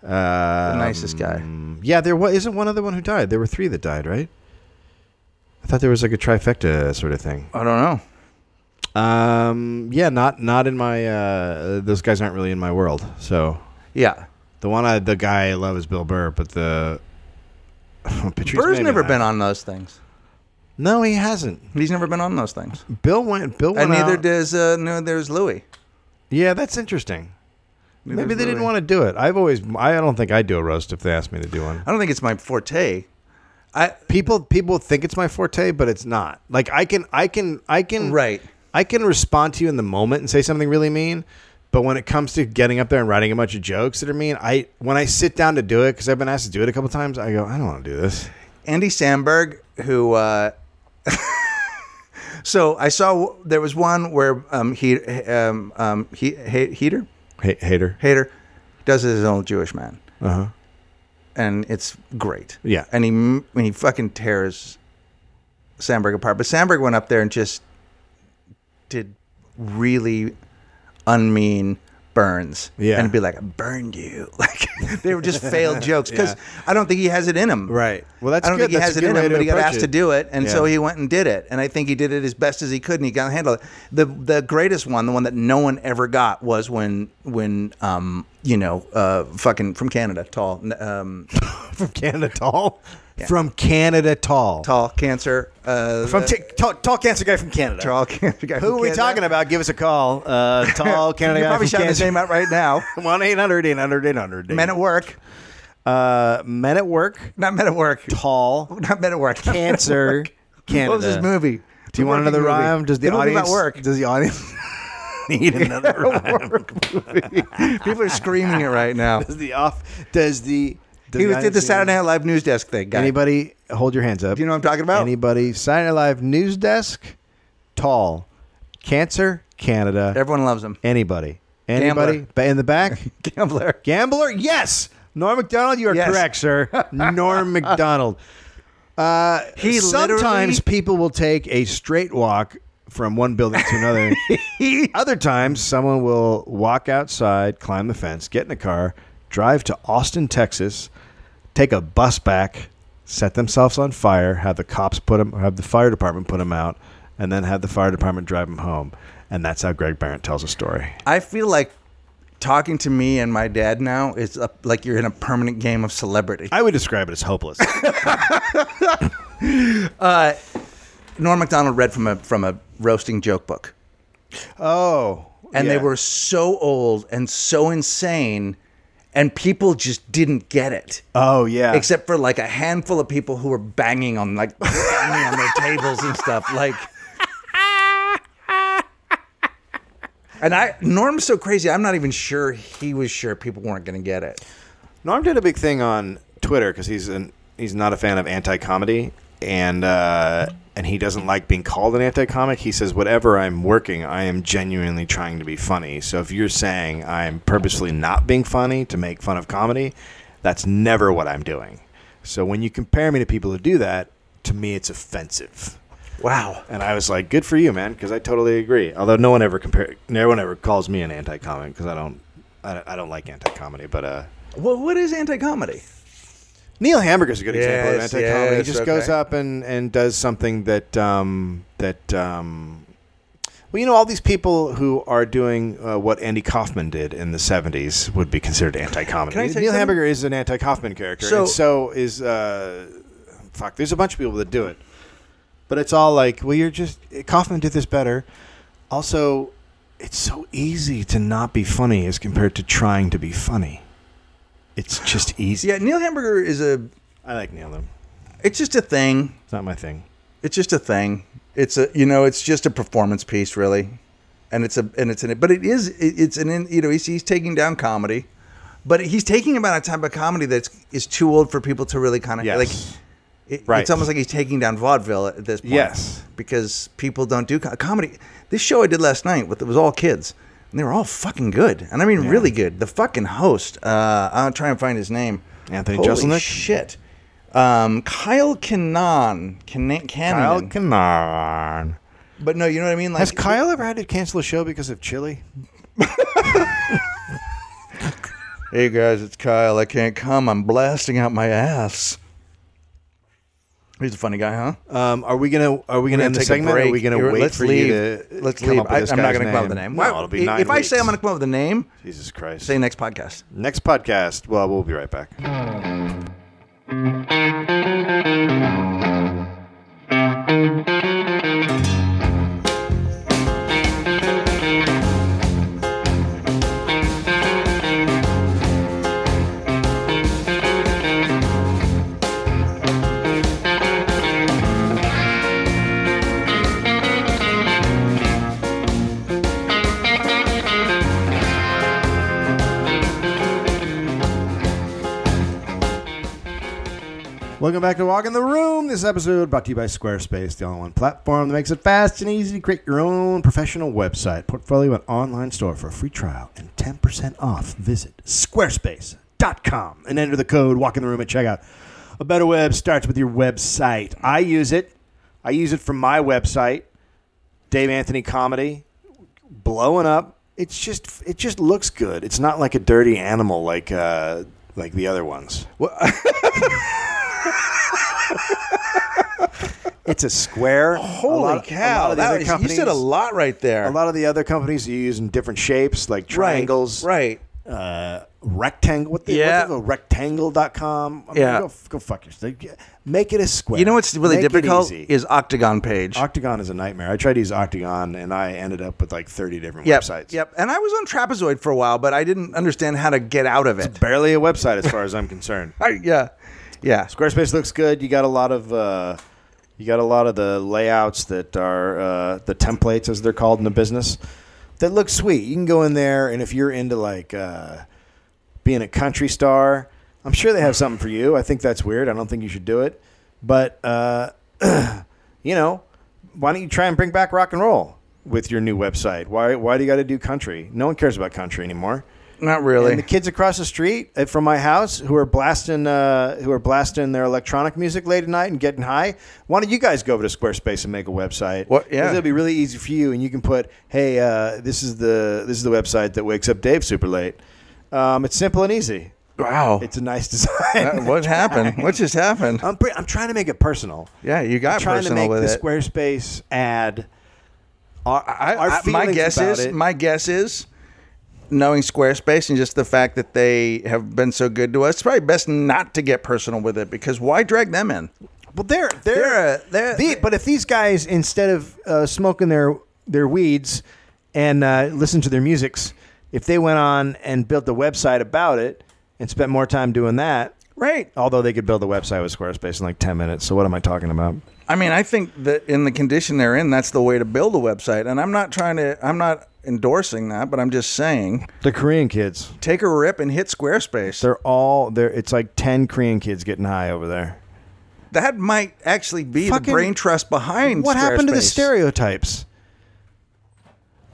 Speaker 4: Uh,
Speaker 2: The nicest guy.
Speaker 4: Um, Yeah, there was, isn't one other one who died. There were three that died, right? I thought there was like a trifecta sort of thing.
Speaker 2: I don't know.
Speaker 4: Um, yeah, not not in my. Uh, those guys aren't really in my world. So
Speaker 2: Yeah.
Speaker 4: the one I, the guy I love is Bill Burr, but the [LAUGHS] Patrice
Speaker 2: Burr's
Speaker 4: maybe
Speaker 2: never
Speaker 4: not.
Speaker 2: been on those things.
Speaker 4: No, he hasn't.
Speaker 2: He's never been on those things.
Speaker 4: Bill went. Bill went
Speaker 2: And neither
Speaker 4: out-
Speaker 2: does uh, no. There's Louis.
Speaker 4: Yeah, that's interesting. Maybe
Speaker 2: does
Speaker 4: they didn't
Speaker 2: Louis.
Speaker 4: want to do it. I've always. I don't think I do a roast if they ask me to do one.
Speaker 2: I don't think it's my forte. I
Speaker 4: People people think it's my forte, but it's not. Like I can I can I can
Speaker 2: right.
Speaker 4: I can respond to you in the moment and say something really mean, but when it comes to getting up there and writing a bunch of jokes that are mean, I when I sit down to do it because I've been asked to do it a couple times, I go, I don't want to do this.
Speaker 2: Andy Sandberg, who. Uh, [LAUGHS] so I saw there was one where um, he um, um, he, he heater
Speaker 4: Ha- hater.
Speaker 2: hater does it as an old Jewish man,
Speaker 4: Uh huh.
Speaker 2: and it's great.
Speaker 4: Yeah.
Speaker 2: and he m- when he fucking tears Sandberg apart, but Sandberg went up there and just did really unmean burns
Speaker 4: Yeah.
Speaker 2: and be like i burned you [LAUGHS] like they were just failed
Speaker 4: [LAUGHS]
Speaker 2: jokes because i don't think he has it in him
Speaker 4: Right. Well, that's
Speaker 2: I don't
Speaker 4: good.
Speaker 2: think he
Speaker 4: That's
Speaker 2: has
Speaker 4: a
Speaker 2: it
Speaker 4: good
Speaker 2: in
Speaker 4: way
Speaker 2: him,
Speaker 4: to
Speaker 2: but he got
Speaker 4: approach
Speaker 2: asked
Speaker 4: it.
Speaker 2: to do it, and
Speaker 4: Yeah.
Speaker 2: so he went and did it. And I think he did it as best as he could, and he got handled. it. the The greatest one, the one that no one ever got, was when when um you know uh fucking from Canada, tall n- um
Speaker 4: from Canada
Speaker 2: [LAUGHS]
Speaker 4: Tall. From Canada Tall.
Speaker 2: tall cancer uh
Speaker 1: From t- tall, tall cancer guy from Canada.
Speaker 2: tall cancer guy.
Speaker 1: Who are we talking about? Give us a call. Uh,
Speaker 2: [LAUGHS]
Speaker 1: tall Canada
Speaker 2: You
Speaker 1: guy
Speaker 2: probably
Speaker 1: from
Speaker 2: shouting his
Speaker 1: Canada.
Speaker 2: name out right now. [LAUGHS]
Speaker 1: 1 800 800 800.
Speaker 2: Men at work,
Speaker 1: uh, men at work.
Speaker 2: not men at work,
Speaker 1: Tall
Speaker 2: [LAUGHS] not men at
Speaker 1: [LAUGHS]
Speaker 2: work.
Speaker 1: cancer Canada.
Speaker 2: What was this movie?
Speaker 1: Do you want another rhyme? Does the audience
Speaker 2: about work?
Speaker 1: Does the audience [LAUGHS] need another rhyme?
Speaker 2: People are screaming it right [LAUGHS] now.
Speaker 1: Does the off? Does the does
Speaker 2: He was, did the
Speaker 1: audience need-
Speaker 2: Saturday Night Live news desk thing. Guy.
Speaker 4: Anybody hold your hands up.
Speaker 2: Do you know what I'm talking about?
Speaker 4: Anybody Saturday Night Live news desk? Tall. Cancer Canada.
Speaker 2: Everyone loves him. [LAUGHS]
Speaker 4: Anybody.
Speaker 2: Gambler.
Speaker 4: Anybody Ba- in
Speaker 2: [LAUGHS]
Speaker 4: the back?
Speaker 2: Gambler.
Speaker 4: Gambler? Yes. Norm McDonald, you are
Speaker 2: Yes.
Speaker 4: correct, sir.
Speaker 2: [LAUGHS]
Speaker 4: Norm McDonald. Uh,
Speaker 2: He
Speaker 4: sometimes
Speaker 2: literally-
Speaker 4: people will take a straight walk from one building to
Speaker 2: [LAUGHS]
Speaker 4: another. Other times, someone will walk outside, climb the fence, get in a car, drive to Austin, Texas, take a bus back, set themselves on fire, have the cops put them, have the fire department put them out, and then have the fire department drive them home. And that's how Greg Barrett tells a story.
Speaker 2: I feel like talking to me and my dad now is a, like you're in a permanent game of celebrity.
Speaker 4: I would describe it as [LAUGHS] hopeless.
Speaker 2: Norm Macdonald read from a from a roasting joke book,
Speaker 4: oh.
Speaker 2: and they
Speaker 4: yeah.
Speaker 2: were so old and so insane. and people just didn't get it.
Speaker 1: Oh yeah.
Speaker 2: Except for like a handful of people who were banging on like banging on their tables and stuff. Like And I Norm's so crazy, I'm not even sure he was sure people weren't gonna get it.
Speaker 4: Norm did a big thing on Twitter because he's an he's not a fan of anti comedy and uh, and he doesn't like being called an anti comic. He says whatever I'm working, I am genuinely trying to be funny. So if you're saying I'm purposely not being funny to make fun of comedy, that's never what I'm doing. So when you compare me to people who do that, to me it's offensive.
Speaker 2: Wow.
Speaker 4: And I was like, good for you, man, because I totally agree. Although no one ever compare, no one ever calls me an anti comic because I don't, I don't, I don't like anti comedy, but uh.
Speaker 2: Well, what is anti comedy?
Speaker 4: Neil Hamburger's a good example of
Speaker 2: Yes,
Speaker 4: anti-comedy. he
Speaker 2: yes,
Speaker 4: just goes
Speaker 2: okay.
Speaker 4: up and, and does something that um, that um, well, you know, all these people who are doing uh, what Andy Kaufman did in the '70s would be considered anti-comedy.
Speaker 2: Can I
Speaker 4: Neil
Speaker 2: say something?
Speaker 4: Hamburger is an anti-Kaufman character,
Speaker 2: So-
Speaker 4: and so is uh, fuck. There's a bunch of people that do it, but it's all like, well, you're just Kaufman did this better. Also, it's so easy to not be funny as compared to trying to be funny. It's just easy.
Speaker 2: Yeah, Neil Hamburger is a
Speaker 4: I like Neil though.
Speaker 2: it's just a thing.
Speaker 4: It's not my thing.
Speaker 2: it's just a thing. It's a you know, it's just a performance piece, really, and it's a and it's an but it is it, it's an in- you know he's he's taking down comedy, but he's taking about a type of comedy that's is too old for people to really kind of
Speaker 4: Yes.
Speaker 2: like. It,
Speaker 4: Right.
Speaker 2: It's almost like he's taking down vaudeville at this point.
Speaker 4: Yes.
Speaker 2: because people don't do co- comedy. This show I did last night with it was all kids, and they were all fucking good, and I mean really good. The fucking host, uh, I'll try and find his name.
Speaker 4: Anthony
Speaker 2: Holy
Speaker 4: Jeselnik?
Speaker 2: Shit. Um, Kyle Kinnan, Kinnan,
Speaker 4: Kyle
Speaker 2: Kinnan.
Speaker 4: Kinnairn.
Speaker 2: But no, you know what I mean. Like,
Speaker 4: Has Kyle ever had to cancel a show because of chili?
Speaker 2: hey guys, it's Kyle. I can't come. I'm blasting out my ass. He's a funny guy, huh?
Speaker 4: Um, are we gonna Are we gonna, end the segment? Or are we gonna
Speaker 2: Here,
Speaker 4: wait
Speaker 2: let's
Speaker 4: for
Speaker 2: leave.
Speaker 4: you to
Speaker 2: Let's
Speaker 4: come
Speaker 2: leave.
Speaker 4: Up with
Speaker 2: I,
Speaker 4: this
Speaker 2: I'm not
Speaker 4: guy's
Speaker 2: going to come up with the name.
Speaker 4: No,
Speaker 2: Well,
Speaker 4: it'll be
Speaker 2: i-
Speaker 4: nine
Speaker 2: if I say
Speaker 4: weeks.
Speaker 2: I'm going to come up with a name,
Speaker 4: Jesus Christ.
Speaker 2: say next podcast.
Speaker 4: Next podcast. Well, we'll be right back.
Speaker 1: Welcome back to Walk in the Room. This episode brought to you by Squarespace, the all-in-one platform that makes it fast and easy to create your own professional website, portfolio, and online store for a free trial and 10% off. Visit squarespace.com and enter the code Walk in the Room at checkout. A better web starts with your website. I use it. I use it for my website,
Speaker 4: Dave Anthony comedy, blowing up. It's just it just looks good. It's not like a dirty animal like uh, like the other ones.
Speaker 2: [LAUGHS]
Speaker 4: it's a square.
Speaker 2: Holy
Speaker 4: a lot,
Speaker 2: cow!
Speaker 4: A lot of the
Speaker 2: that
Speaker 4: other
Speaker 2: was- you
Speaker 4: companies-
Speaker 2: said a lot right there.
Speaker 4: A lot of the other companies you use in different shapes, like triangles,
Speaker 2: Right.
Speaker 4: uh, rectangle. What the
Speaker 2: Yeah.
Speaker 4: what they go, rectangle.com. I mean,
Speaker 2: Yeah.
Speaker 4: go, go fuck yourself. Make it a square.
Speaker 2: You know what's really
Speaker 4: Make it
Speaker 2: difficult
Speaker 4: easy.
Speaker 2: is Octagon Page.
Speaker 4: Octagon is a nightmare. I tried to use Octagon and I ended up with like 30 different
Speaker 2: yep.
Speaker 4: websites.
Speaker 2: Yep. And I was on Trapezoid for a while, but I didn't understand how to get out of it.
Speaker 4: Barely a website as far as I'm [LAUGHS] concerned.
Speaker 2: I- yeah. Yeah.
Speaker 4: Squarespace looks good. You got a lot of uh, you got a lot of the layouts that are uh, the templates as they're called in the business that look sweet. You can go in there, and if you're into like uh, being a country star, I'm sure they have something for you. I think that's weird. I don't think you should do it, but uh, [CLEARS THROAT] you know, why don't you try and bring back rock and roll with your new website? Why why do you got to do country? No one cares about country anymore.
Speaker 2: Not really.
Speaker 4: And the kids across the street uh, from my house who are blasting uh, who are blasting their electronic music late at night and getting high. Why don't you guys go over to Squarespace and make a website?
Speaker 2: What- yeah.
Speaker 4: it'll be really easy for you, and you can put, hey, uh, this is the this is the website that wakes up Dave super late. Um, it's simple and easy.
Speaker 2: wow.
Speaker 4: It's [LAUGHS] a nice design.
Speaker 2: Uh, what happened? What just happened?
Speaker 4: I'm pre- I'm trying to make it personal.
Speaker 2: Yeah, you got
Speaker 4: I'm trying to
Speaker 2: personal
Speaker 4: make
Speaker 2: with
Speaker 4: the
Speaker 2: it.
Speaker 4: Squarespace ad. Our, our
Speaker 2: I- I- my
Speaker 4: feelings
Speaker 2: guess
Speaker 4: about
Speaker 2: is
Speaker 4: it-
Speaker 2: my guess is knowing Squarespace and just the fact that they have been so good to us, it's probably best not to get personal with it because why drag them in?
Speaker 4: Well, they're they're,
Speaker 2: They're a- they're-
Speaker 4: the- but if these guys instead of uh, smoking their their weeds and uh, listen to their musics, if they went on and built a website about it and spent more time doing that.
Speaker 2: Right.
Speaker 4: Although they could build a website with Squarespace in like 10 minutes. So what am I talking about?
Speaker 2: I mean, I think that in the condition they're in, that's the way to build a website. And I'm not trying to, I'm not endorsing that, but I'm just saying
Speaker 4: The Korean kids.
Speaker 2: take a rip and hit Squarespace.
Speaker 4: They're all there. It's like 10 Korean kids getting high over there.
Speaker 2: that might actually be the
Speaker 4: Fucking-
Speaker 2: brain trust behind
Speaker 4: What happened to the
Speaker 2: Squarespace.
Speaker 4: stereotypes?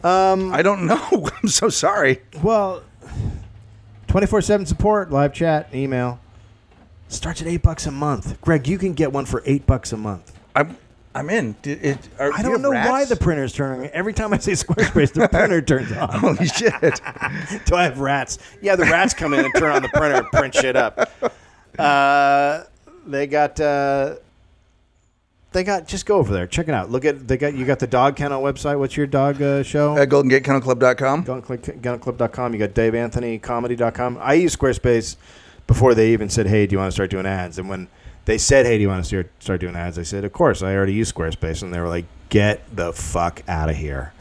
Speaker 2: I don't know. [LAUGHS] I'm so sorry.
Speaker 4: Well, 24 7 support, live chat, email. Starts at 8 bucks a month. Greg, you can get one for 8 bucks a month.
Speaker 2: I'm, I'm in. D- it- are-
Speaker 4: I
Speaker 2: do you
Speaker 4: don't know
Speaker 2: have
Speaker 4: why
Speaker 2: rats?
Speaker 4: the printer's turning. Every time I say [LAUGHS] Squarespace, the printer [LAUGHS] turns on.
Speaker 2: [LAUGHS] Holy shit. [LAUGHS]
Speaker 4: Do I have rats? Yeah, the rats come in and turn on the printer and print shit up. Uh, they got. Uh, they got just go over there, check it out. Look at they got you got the dog kennel website. What's your dog uh, show?
Speaker 2: At GoldenGateKennelClub.com.
Speaker 4: gunclub.com. You got DaveAnthonyComedy.com. I used Squarespace before they even said, hey, do you want to start doing ads? And when they said, hey, do you want to start- start doing ads? I said, of course. I already use Squarespace. And they were like, get the fuck out of here.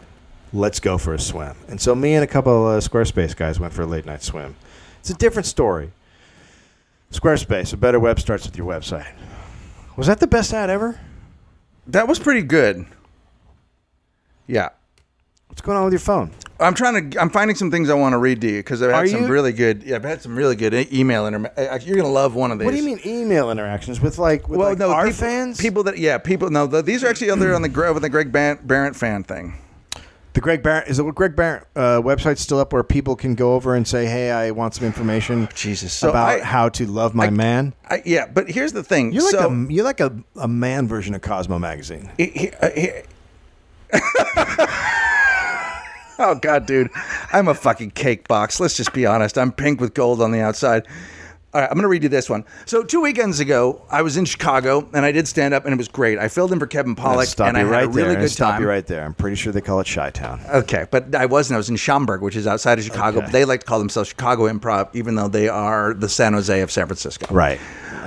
Speaker 4: Let's go for a swim. And so me and a couple of uh, Squarespace guys went for a late night swim. It's a different story. Squarespace, a better web starts with your website. Was that the best ad ever?
Speaker 2: That was pretty good. Yeah.
Speaker 4: What's going on with your phone?
Speaker 2: I'm trying to. I'm finding some things I want to read to you because I've had
Speaker 4: Are
Speaker 2: some
Speaker 4: you?
Speaker 2: really good. Yeah, I've had some really good e- email. Inter- I- I- you're gonna love one of these.
Speaker 4: What do you mean email interactions with like with
Speaker 2: Well,
Speaker 4: like
Speaker 2: no,
Speaker 4: our
Speaker 2: people,
Speaker 4: fans?
Speaker 2: people that yeah, people. No, th these are actually other on the Gre- with the Greg Ban- Barrett fan thing.
Speaker 4: The Greg Barrett is the Greg Barrett uh, website still up where people can go over and say, "Hey, I want some information
Speaker 2: Oh, Jesus. So
Speaker 4: about
Speaker 2: I-
Speaker 4: how to love my man."
Speaker 2: I, yeah, but here's the thing.
Speaker 4: You're like
Speaker 2: so,
Speaker 4: a you're like a, a man version of Cosmo magazine.
Speaker 2: he- he- uh, he- [LAUGHS] oh god, dude, I'm a fucking cake box. Let's just be honest. I'm pink with gold on the outside. All right, I'm gonna read you this one. So two weekends ago, I was in Chicago and I did stand up and it was great. I filled in for Kevin Pollock
Speaker 4: stop
Speaker 2: and I
Speaker 4: you
Speaker 2: had
Speaker 4: right
Speaker 2: a really
Speaker 4: there.
Speaker 2: good
Speaker 4: stop
Speaker 2: time.
Speaker 4: you right there. I'm pretty sure they call it Chi Town.
Speaker 2: Okay, but I wasn't. I was in Schaumburg, which is outside of Chicago.
Speaker 4: Okay.
Speaker 2: They like to call themselves Chicago Improv, even though they are the San Jose of San Francisco.
Speaker 4: Right.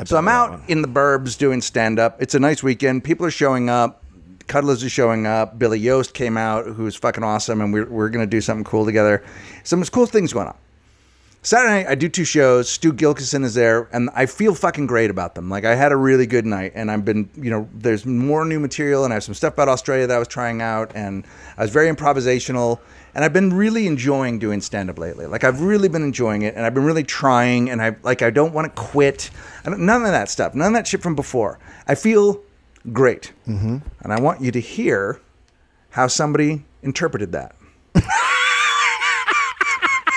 Speaker 2: So I'm out in the burbs doing stand up. It's a nice weekend. People are showing up. Cuddlers is showing up. Billy Yost came out, who's fucking awesome, and we're, we're going to do something cool together. Some cool things going on. Saturday night, I do two shows. Stu Gilkison is there, and I feel fucking great about them. Like I had a really good night, and I've been, you know, there's more new material, and I have some stuff about Australia that I was trying out, and I was very improvisational, and I've been really enjoying doing stand up lately. Like I've really been enjoying it, and I've been really trying, and I like I don't want to quit. I don't, none of that stuff, none of that shit from before. I feel great, mm-hmm. and I want you to hear how somebody interpreted that.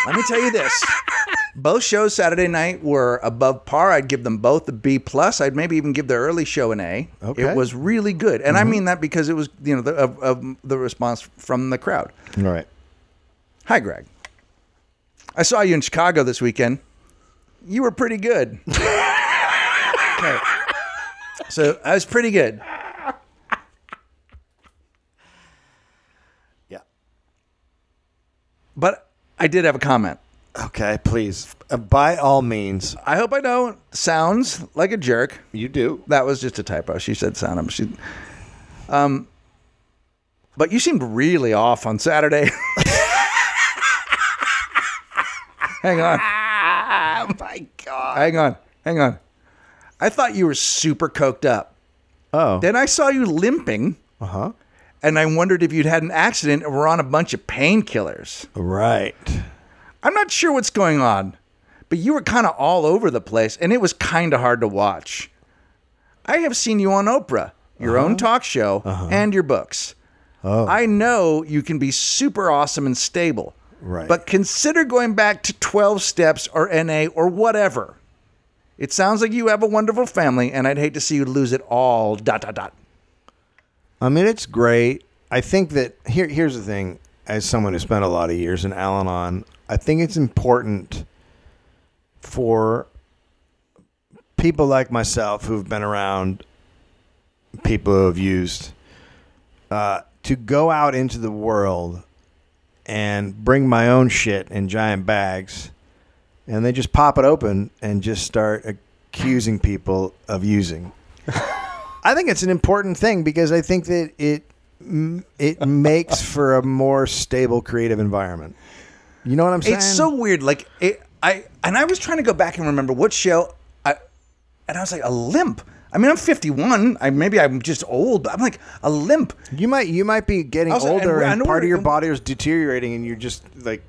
Speaker 2: Let me tell you this. Both shows Saturday night were above par. I'd give them both a B plus. I'd maybe even give the early show an A.
Speaker 4: Okay.
Speaker 2: It was really good, and I mean that because it was you know the, of, of the response from the crowd.
Speaker 4: All right.
Speaker 2: Hi, Greg. I saw you in Chicago this weekend. You were pretty good. okay. So I was pretty good.
Speaker 4: Yeah.
Speaker 2: But I did have a comment.
Speaker 4: Okay. Please, uh, by all means,
Speaker 2: I hope I don't sounds like a jerk.
Speaker 4: you do.
Speaker 2: That was just a typo. She said sound up. She, um, but you seemed really off on Saturday. [LAUGHS] hang on.
Speaker 1: Oh my god!
Speaker 2: Hang on. Hang on. I thought you were super coked up.
Speaker 4: Oh.
Speaker 2: Then I saw you limping.
Speaker 4: Uh
Speaker 1: Uh-huh.
Speaker 4: huh.
Speaker 2: And I wondered if you'd had an accident and were on a bunch of painkillers.
Speaker 4: Right.
Speaker 2: I'm not sure what's going on, but you were kind of all over the place and it was kind of hard to watch. I have seen you on Oprah, your own talk show, and your books. I know you can be super awesome and stable.
Speaker 4: Right.
Speaker 2: But consider going back to 12 steps or NA or whatever. It sounds like you have a wonderful family and I'd hate to see you lose it all. Dot dot dot.
Speaker 4: I mean, it's great. I think that here here's the thing. As someone who spent a lot of years in Al-Anon, I think it's important for people like myself who've been around people who have used uh, to go out into the world and bring my own shit in giant bags, and they just pop it open and just start accusing people of using. I think it's an important thing because I think that it m- it makes for a more stable creative environment. You know what I'm saying?
Speaker 2: It's so weird. Like it, I and I was trying to go back and remember what show I and I was like a limp. I mean, I'm 51. I maybe I'm just old, but I'm like a limp.
Speaker 4: You might you might be getting
Speaker 2: Also, and
Speaker 4: older
Speaker 2: we're- I
Speaker 4: and
Speaker 2: know
Speaker 4: part of
Speaker 2: we're-
Speaker 4: your body is deteriorating and you're just like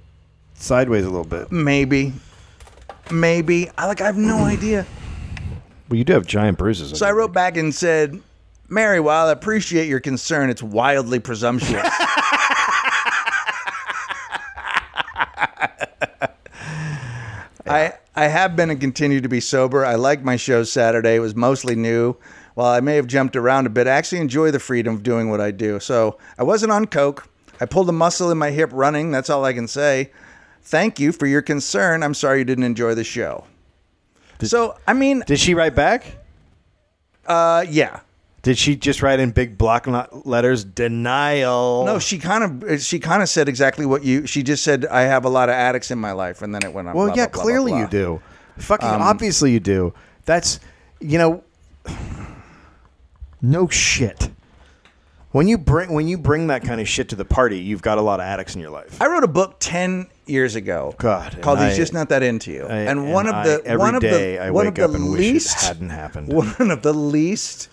Speaker 4: sideways a little bit.
Speaker 2: Maybe, maybe. I like I have no idea.
Speaker 4: Well, you do have giant bruises.
Speaker 2: So I wrote back and said, Mary, while I appreciate your concern, it's wildly presumptuous. I I have been and continue to be sober. I like my show Saturday. It was mostly new. While I may have jumped around a bit, I actually enjoy the freedom of doing what I do. So I wasn't on coke. I pulled a muscle in my hip running. That's all I can say. Thank you for your concern. I'm sorry you didn't enjoy the show. so I mean,
Speaker 4: Did she write back?
Speaker 2: uh, yeah.
Speaker 4: Did she just write in big block lo- letters denial?
Speaker 2: No, she kind of eh, she kind of said exactly what you. She just said, "I have a lot of addicts in my life," and then it went on.
Speaker 4: Well,
Speaker 2: blah,
Speaker 4: yeah,
Speaker 2: blah, blah,
Speaker 4: clearly
Speaker 2: blah,
Speaker 4: you
Speaker 2: blah.
Speaker 4: do. Fucking obviously you do. That's you know [SIGHS] no shit. When you bring when you bring that kind of shit to the party, you've got a lot of addicts in your life.
Speaker 2: I wrote a book ten years ago
Speaker 4: God, and
Speaker 2: called
Speaker 4: I-
Speaker 2: "He's Just Not That Into You,"
Speaker 4: I-
Speaker 2: and one
Speaker 4: I-
Speaker 2: of the
Speaker 4: every
Speaker 2: one of
Speaker 4: day
Speaker 2: the
Speaker 4: I
Speaker 2: one
Speaker 4: wake
Speaker 2: of
Speaker 4: up
Speaker 2: the
Speaker 4: and
Speaker 2: least
Speaker 4: wish it hadn't happened.
Speaker 2: one of the least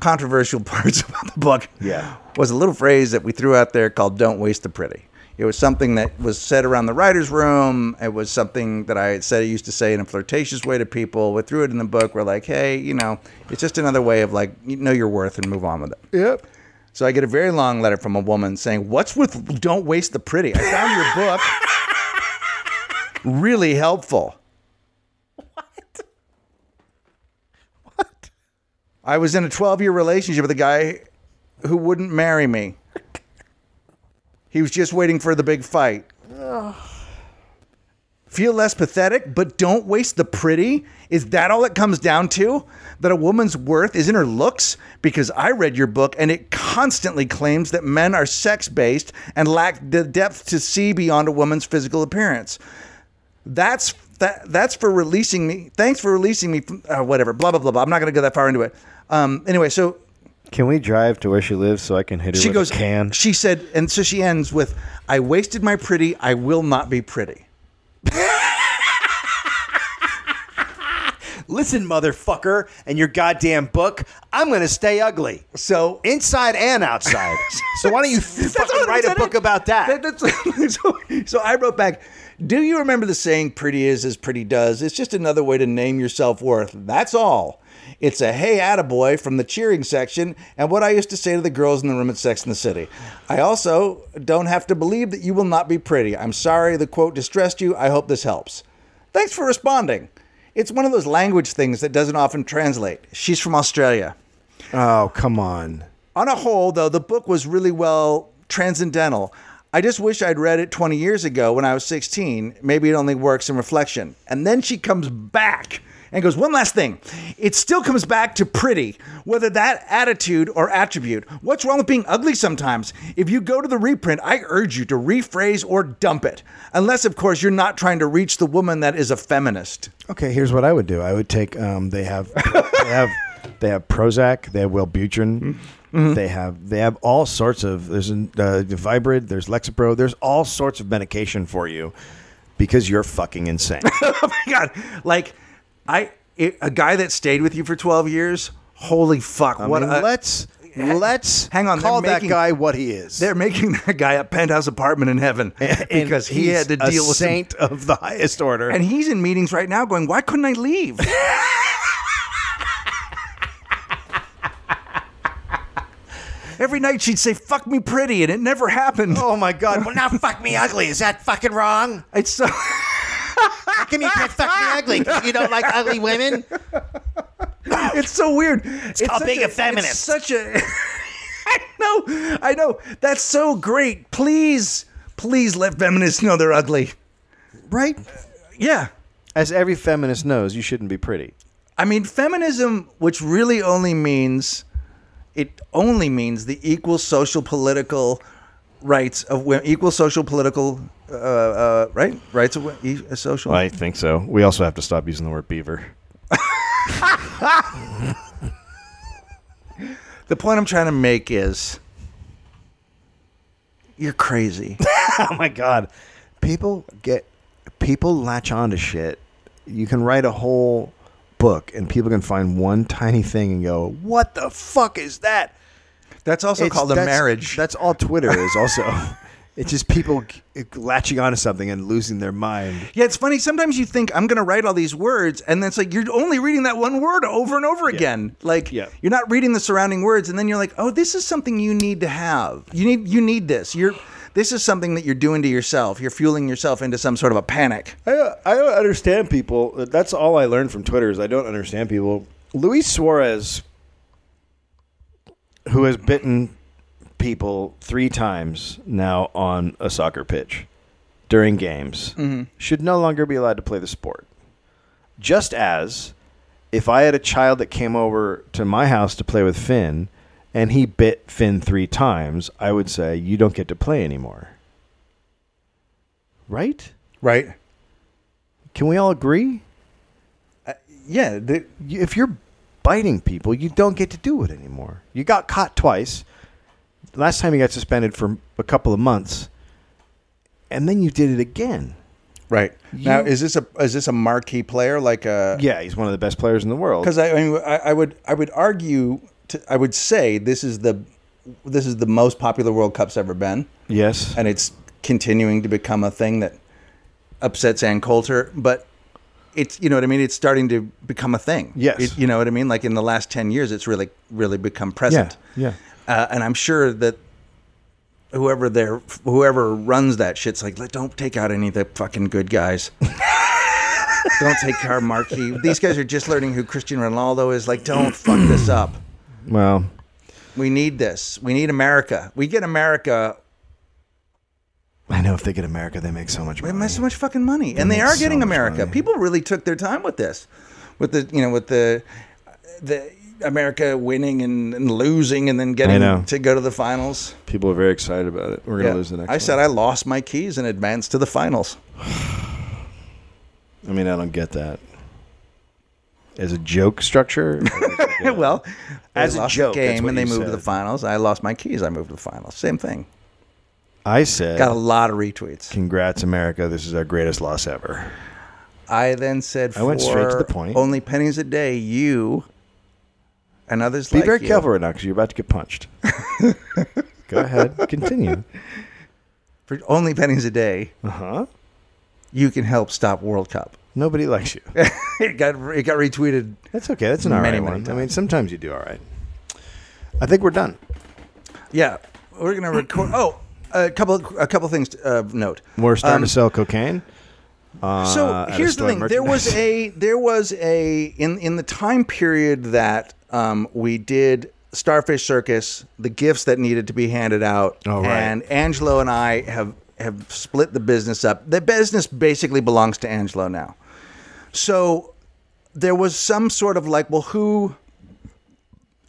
Speaker 2: controversial [LAUGHS] parts about the book
Speaker 4: Yeah.
Speaker 2: was a little phrase that we threw out there called don't waste the pretty it was something that was said around the writer's room it was something that i had said i used to say in a flirtatious way to people we threw it in the book we're like hey you know it's just another way of like you know your worth and move on with it
Speaker 4: Yep.
Speaker 2: so I get a very long letter from a woman saying, "What's with don't waste the pretty? I found your book really helpful." What? What? I was in a 12-year relationship with a guy who wouldn't marry me. He was just waiting for the big fight. Feel less pathetic, but don't waste the pretty? Is that all it comes down to? That a woman's worth is in her looks? Because I read your book and it constantly claims that men are sex based and lack the depth to see beyond a woman's physical appearance. That's that, that's for releasing me. Thanks for releasing me. From, uh, whatever. Blah blah blah blah. I'm not gonna go that far into it. Um. Anyway, so
Speaker 4: Can we drive to where she lives so I can hit her
Speaker 2: she
Speaker 4: with
Speaker 2: goes.
Speaker 4: a can?
Speaker 2: She said, and so she ends with, "I wasted my pretty. I will not be pretty."
Speaker 1: Listen, motherfucker, and your goddamn book. I'm gonna stay ugly,
Speaker 2: So
Speaker 1: inside and [LAUGHS] outside. so why don't you
Speaker 2: [LAUGHS]
Speaker 1: fucking
Speaker 2: all-
Speaker 1: write a
Speaker 2: that
Speaker 1: book
Speaker 2: it-
Speaker 1: about that?
Speaker 2: that's- [LAUGHS] so, so I wrote back, Do you remember the saying, pretty is as pretty does? It's just another way to name your self worth. That's all. It's a hey attaboy from the cheering section and what I used to say to the girls in the room at Sex in the City. I also don't have to believe that you will not be pretty. I'm sorry the quote distressed you. I hope this helps. Thanks for responding. It's one of those language things that doesn't often translate. She's from Australia.
Speaker 4: Oh, come on.
Speaker 2: On a whole, though, the book was really well transcendental. I just wish I'd read it 20 years ago when I was 16. Maybe it only works in reflection. And then she comes back and goes, One last thing. It still comes back to pretty, whether that attitude or attribute. What's wrong with being ugly sometimes? If you go to the reprint, I urge you to rephrase or dump it. Unless, of course, you're not trying to reach the woman that is a feminist. [LAUGHS]
Speaker 4: Okay, here's what I would do. I would take um they have they have they have Prozac, they have Wellbutrin,
Speaker 2: Mm-hmm.
Speaker 4: they have they have all sorts of there's an, uh, Vibrid, there's Lexapro, there's all sorts of medication for you because you're
Speaker 2: [LAUGHS]
Speaker 4: fucking insane.
Speaker 2: oh my god like i it, a guy that stayed with you for 12 years holy fuck
Speaker 4: I
Speaker 2: what
Speaker 4: mean,
Speaker 2: a-
Speaker 4: let's let's
Speaker 2: hang on, they're
Speaker 4: call that
Speaker 2: making-
Speaker 4: guy what he is.
Speaker 2: they're making that guy a penthouse apartment in heaven
Speaker 4: And
Speaker 2: because he
Speaker 4: he's
Speaker 2: had to
Speaker 4: a
Speaker 2: deal with some-
Speaker 4: saint of the highest order.
Speaker 2: and he's in meetings right now going why couldn't i
Speaker 4: [LAUGHS]
Speaker 2: leave every night she'd say fuck me pretty and it never happened
Speaker 4: oh my god.
Speaker 2: [LAUGHS]
Speaker 1: well, now fuck me ugly. Is that fucking wrong? [LAUGHS]
Speaker 2: it's so
Speaker 1: How come you can't fuck me ugly? 'Cause you don't like ugly women?
Speaker 2: [LAUGHS] it's so weird. It's,
Speaker 1: called
Speaker 2: such
Speaker 1: being a feminist.
Speaker 2: It's such a. [LAUGHS] I know. I know. That's so great. Please, please let feminists know they're ugly.
Speaker 4: Right?
Speaker 2: Yeah.
Speaker 4: As every feminist knows, you shouldn't be pretty.
Speaker 2: I mean, feminism, which really only means, it only means the equal social political rights of women, equal social political, uh, uh, right? Rights of wo- e- social.
Speaker 4: I think so. We also have to stop using the word beaver.
Speaker 2: The point I'm trying to make is you're crazy.
Speaker 4: oh my god. people get people latch on to shit. You can write a whole book and people can find one tiny thing and go, "What the fuck is that?"
Speaker 2: [LAUGHS] That's also
Speaker 4: It's-
Speaker 2: called a
Speaker 4: that's-
Speaker 2: marriage.
Speaker 4: That's all Twitter is also. [LAUGHS] it's just people g- latching onto something and losing their mind.
Speaker 2: yeah, it's funny. Sometimes you think I'm going to write all these words, and then it's like you're only reading that one word over and over again. Like
Speaker 4: Yeah.
Speaker 2: you're not reading the surrounding words, and then you're like, oh, this is something you need to have. You need you need this. You're this is something that you're doing to yourself. You're fueling yourself into some sort of a panic.
Speaker 4: I, I don't understand people. That's all I learned from Twitter is I don't understand people. Luis Suarez, who has bitten people three times now on a soccer pitch during games, should no longer be allowed to play the sport. Just as if I had a child that came over to my house to play with Finn and he bit Finn three times, I would say, you don't get to play anymore. Right?
Speaker 2: Right.
Speaker 4: Can we all agree?
Speaker 2: Yeah. The,
Speaker 4: You- If you're biting people, you don't get to do it anymore. You got caught twice. Last time you got suspended for a couple of months, and then you did it again.
Speaker 2: right. now,
Speaker 4: You-
Speaker 2: is this a is this a marquee player like a
Speaker 4: Yeah, he's one of the best players in the world.
Speaker 2: because I, I mean I, I would I would argue to, I would say this is the this is the most popular World Cup's ever been,
Speaker 4: Yes,
Speaker 2: and it's continuing to become a thing that upsets Ann Coulter. But it's you know what I mean. It's starting to become a thing.
Speaker 4: Yes.
Speaker 2: It- you know what I mean. Like in the last ten years, it's really really become present.
Speaker 4: yeah.
Speaker 2: Uh, and I'm sure that whoever there whoever runs that shit's like "Let- don't take out any of the fucking good guys [LAUGHS] don't take our marquee these guys are just learning who christian ronaldo is like don't [CLEARS THROAT] fuck this up
Speaker 4: Well,
Speaker 2: we need this we need america we get america
Speaker 4: I know if they get America, they make so much
Speaker 2: they
Speaker 4: money.
Speaker 2: make so much fucking money and they
Speaker 4: make
Speaker 2: are
Speaker 4: so
Speaker 2: getting
Speaker 4: much
Speaker 2: america
Speaker 4: money.
Speaker 2: people really took their time with this with the you know with the the america winning and, and losing and then
Speaker 4: know.
Speaker 2: getting to go to the finals
Speaker 4: People are very excited about it. We're gonna
Speaker 2: Yeah.
Speaker 4: lose the next.
Speaker 2: I
Speaker 4: one.
Speaker 2: said I lost my keys and advanced to the
Speaker 4: [LAUGHS]
Speaker 2: finals.
Speaker 4: I mean, I don't get that. As a
Speaker 2: [LAUGHS]
Speaker 4: joke structure, I don't get it.
Speaker 2: well, they
Speaker 4: As a
Speaker 2: lost
Speaker 4: joke,
Speaker 2: the
Speaker 4: that's
Speaker 2: game
Speaker 4: what
Speaker 2: and they
Speaker 4: you
Speaker 2: moved to
Speaker 4: said.
Speaker 2: the finals. I lost my keys. I moved to the finals. Same thing.
Speaker 4: I said,
Speaker 2: Got a lot of retweets.
Speaker 4: "Congrats, America! This is our greatest loss ever."
Speaker 2: I then said,
Speaker 4: I went straight to
Speaker 2: "For
Speaker 4: the point.
Speaker 2: Only pennies a day. You and others
Speaker 4: Be
Speaker 2: like
Speaker 4: very
Speaker 2: you."
Speaker 4: careful right now because you're about to get [LAUGHS] punched. Go ahead, continue.
Speaker 2: For only pennies a day,
Speaker 4: Uh huh.
Speaker 2: you can help stop World Cup. [LAUGHS]
Speaker 4: Nobody likes you.
Speaker 2: it got it got retweeted.
Speaker 4: That's okay. [LAUGHS] That's an all right
Speaker 2: Many, many
Speaker 4: one. I
Speaker 2: times.
Speaker 4: mean, sometimes you do all right. I think we're done.
Speaker 2: Yeah, we're gonna record. oh, a couple a couple things to uh, note.
Speaker 4: We're starting
Speaker 2: Um,
Speaker 4: to sell cocaine. Uh,
Speaker 2: so
Speaker 4: at a
Speaker 2: here's the
Speaker 4: store
Speaker 2: thing there was
Speaker 4: merchandise.
Speaker 2: a there was a in in the time period that um, we did starfish circus the gifts that needed to be handed out
Speaker 4: Oh, right.
Speaker 2: and angelo and i have have split the business up the business basically belongs to angelo now so there was some sort of like well who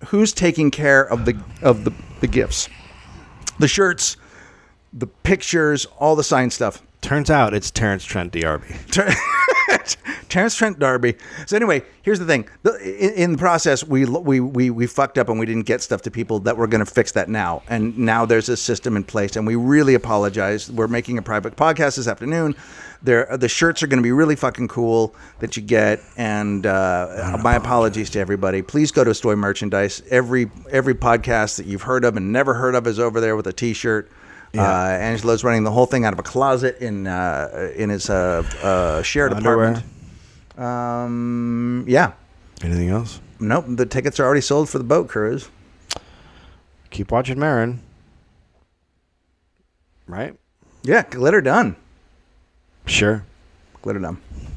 Speaker 2: who's taking care of the of the, the gifts the shirts the pictures all the signed stuff
Speaker 4: Turns out it's Terrence Trent D'Arby.
Speaker 2: Ter- [LAUGHS] Terrence Trent Darby. So anyway, here's the thing: The- in, in the process, we, we we we fucked up and we didn't get stuff to people that were going to fix that now. And now there's a system in place, and we really apologize. We're making a private podcast this afternoon. There, the shirts are going to be really fucking cool that you get. And uh, my apologies to everybody. Please go to Stoy Merchandise. Every every podcast that you've heard of and never heard of is over there with a T-shirt. Uh, Angelo's running the whole thing out of a closet in uh, in his uh, uh, shared
Speaker 4: Underwear.
Speaker 2: apartment. Um, yeah.
Speaker 4: Anything else?
Speaker 2: Nope. The tickets are already sold for the boat cruise.
Speaker 4: Keep watching Marin. Right?
Speaker 2: Yeah, glitter done.
Speaker 4: Sure.
Speaker 2: Glitter done.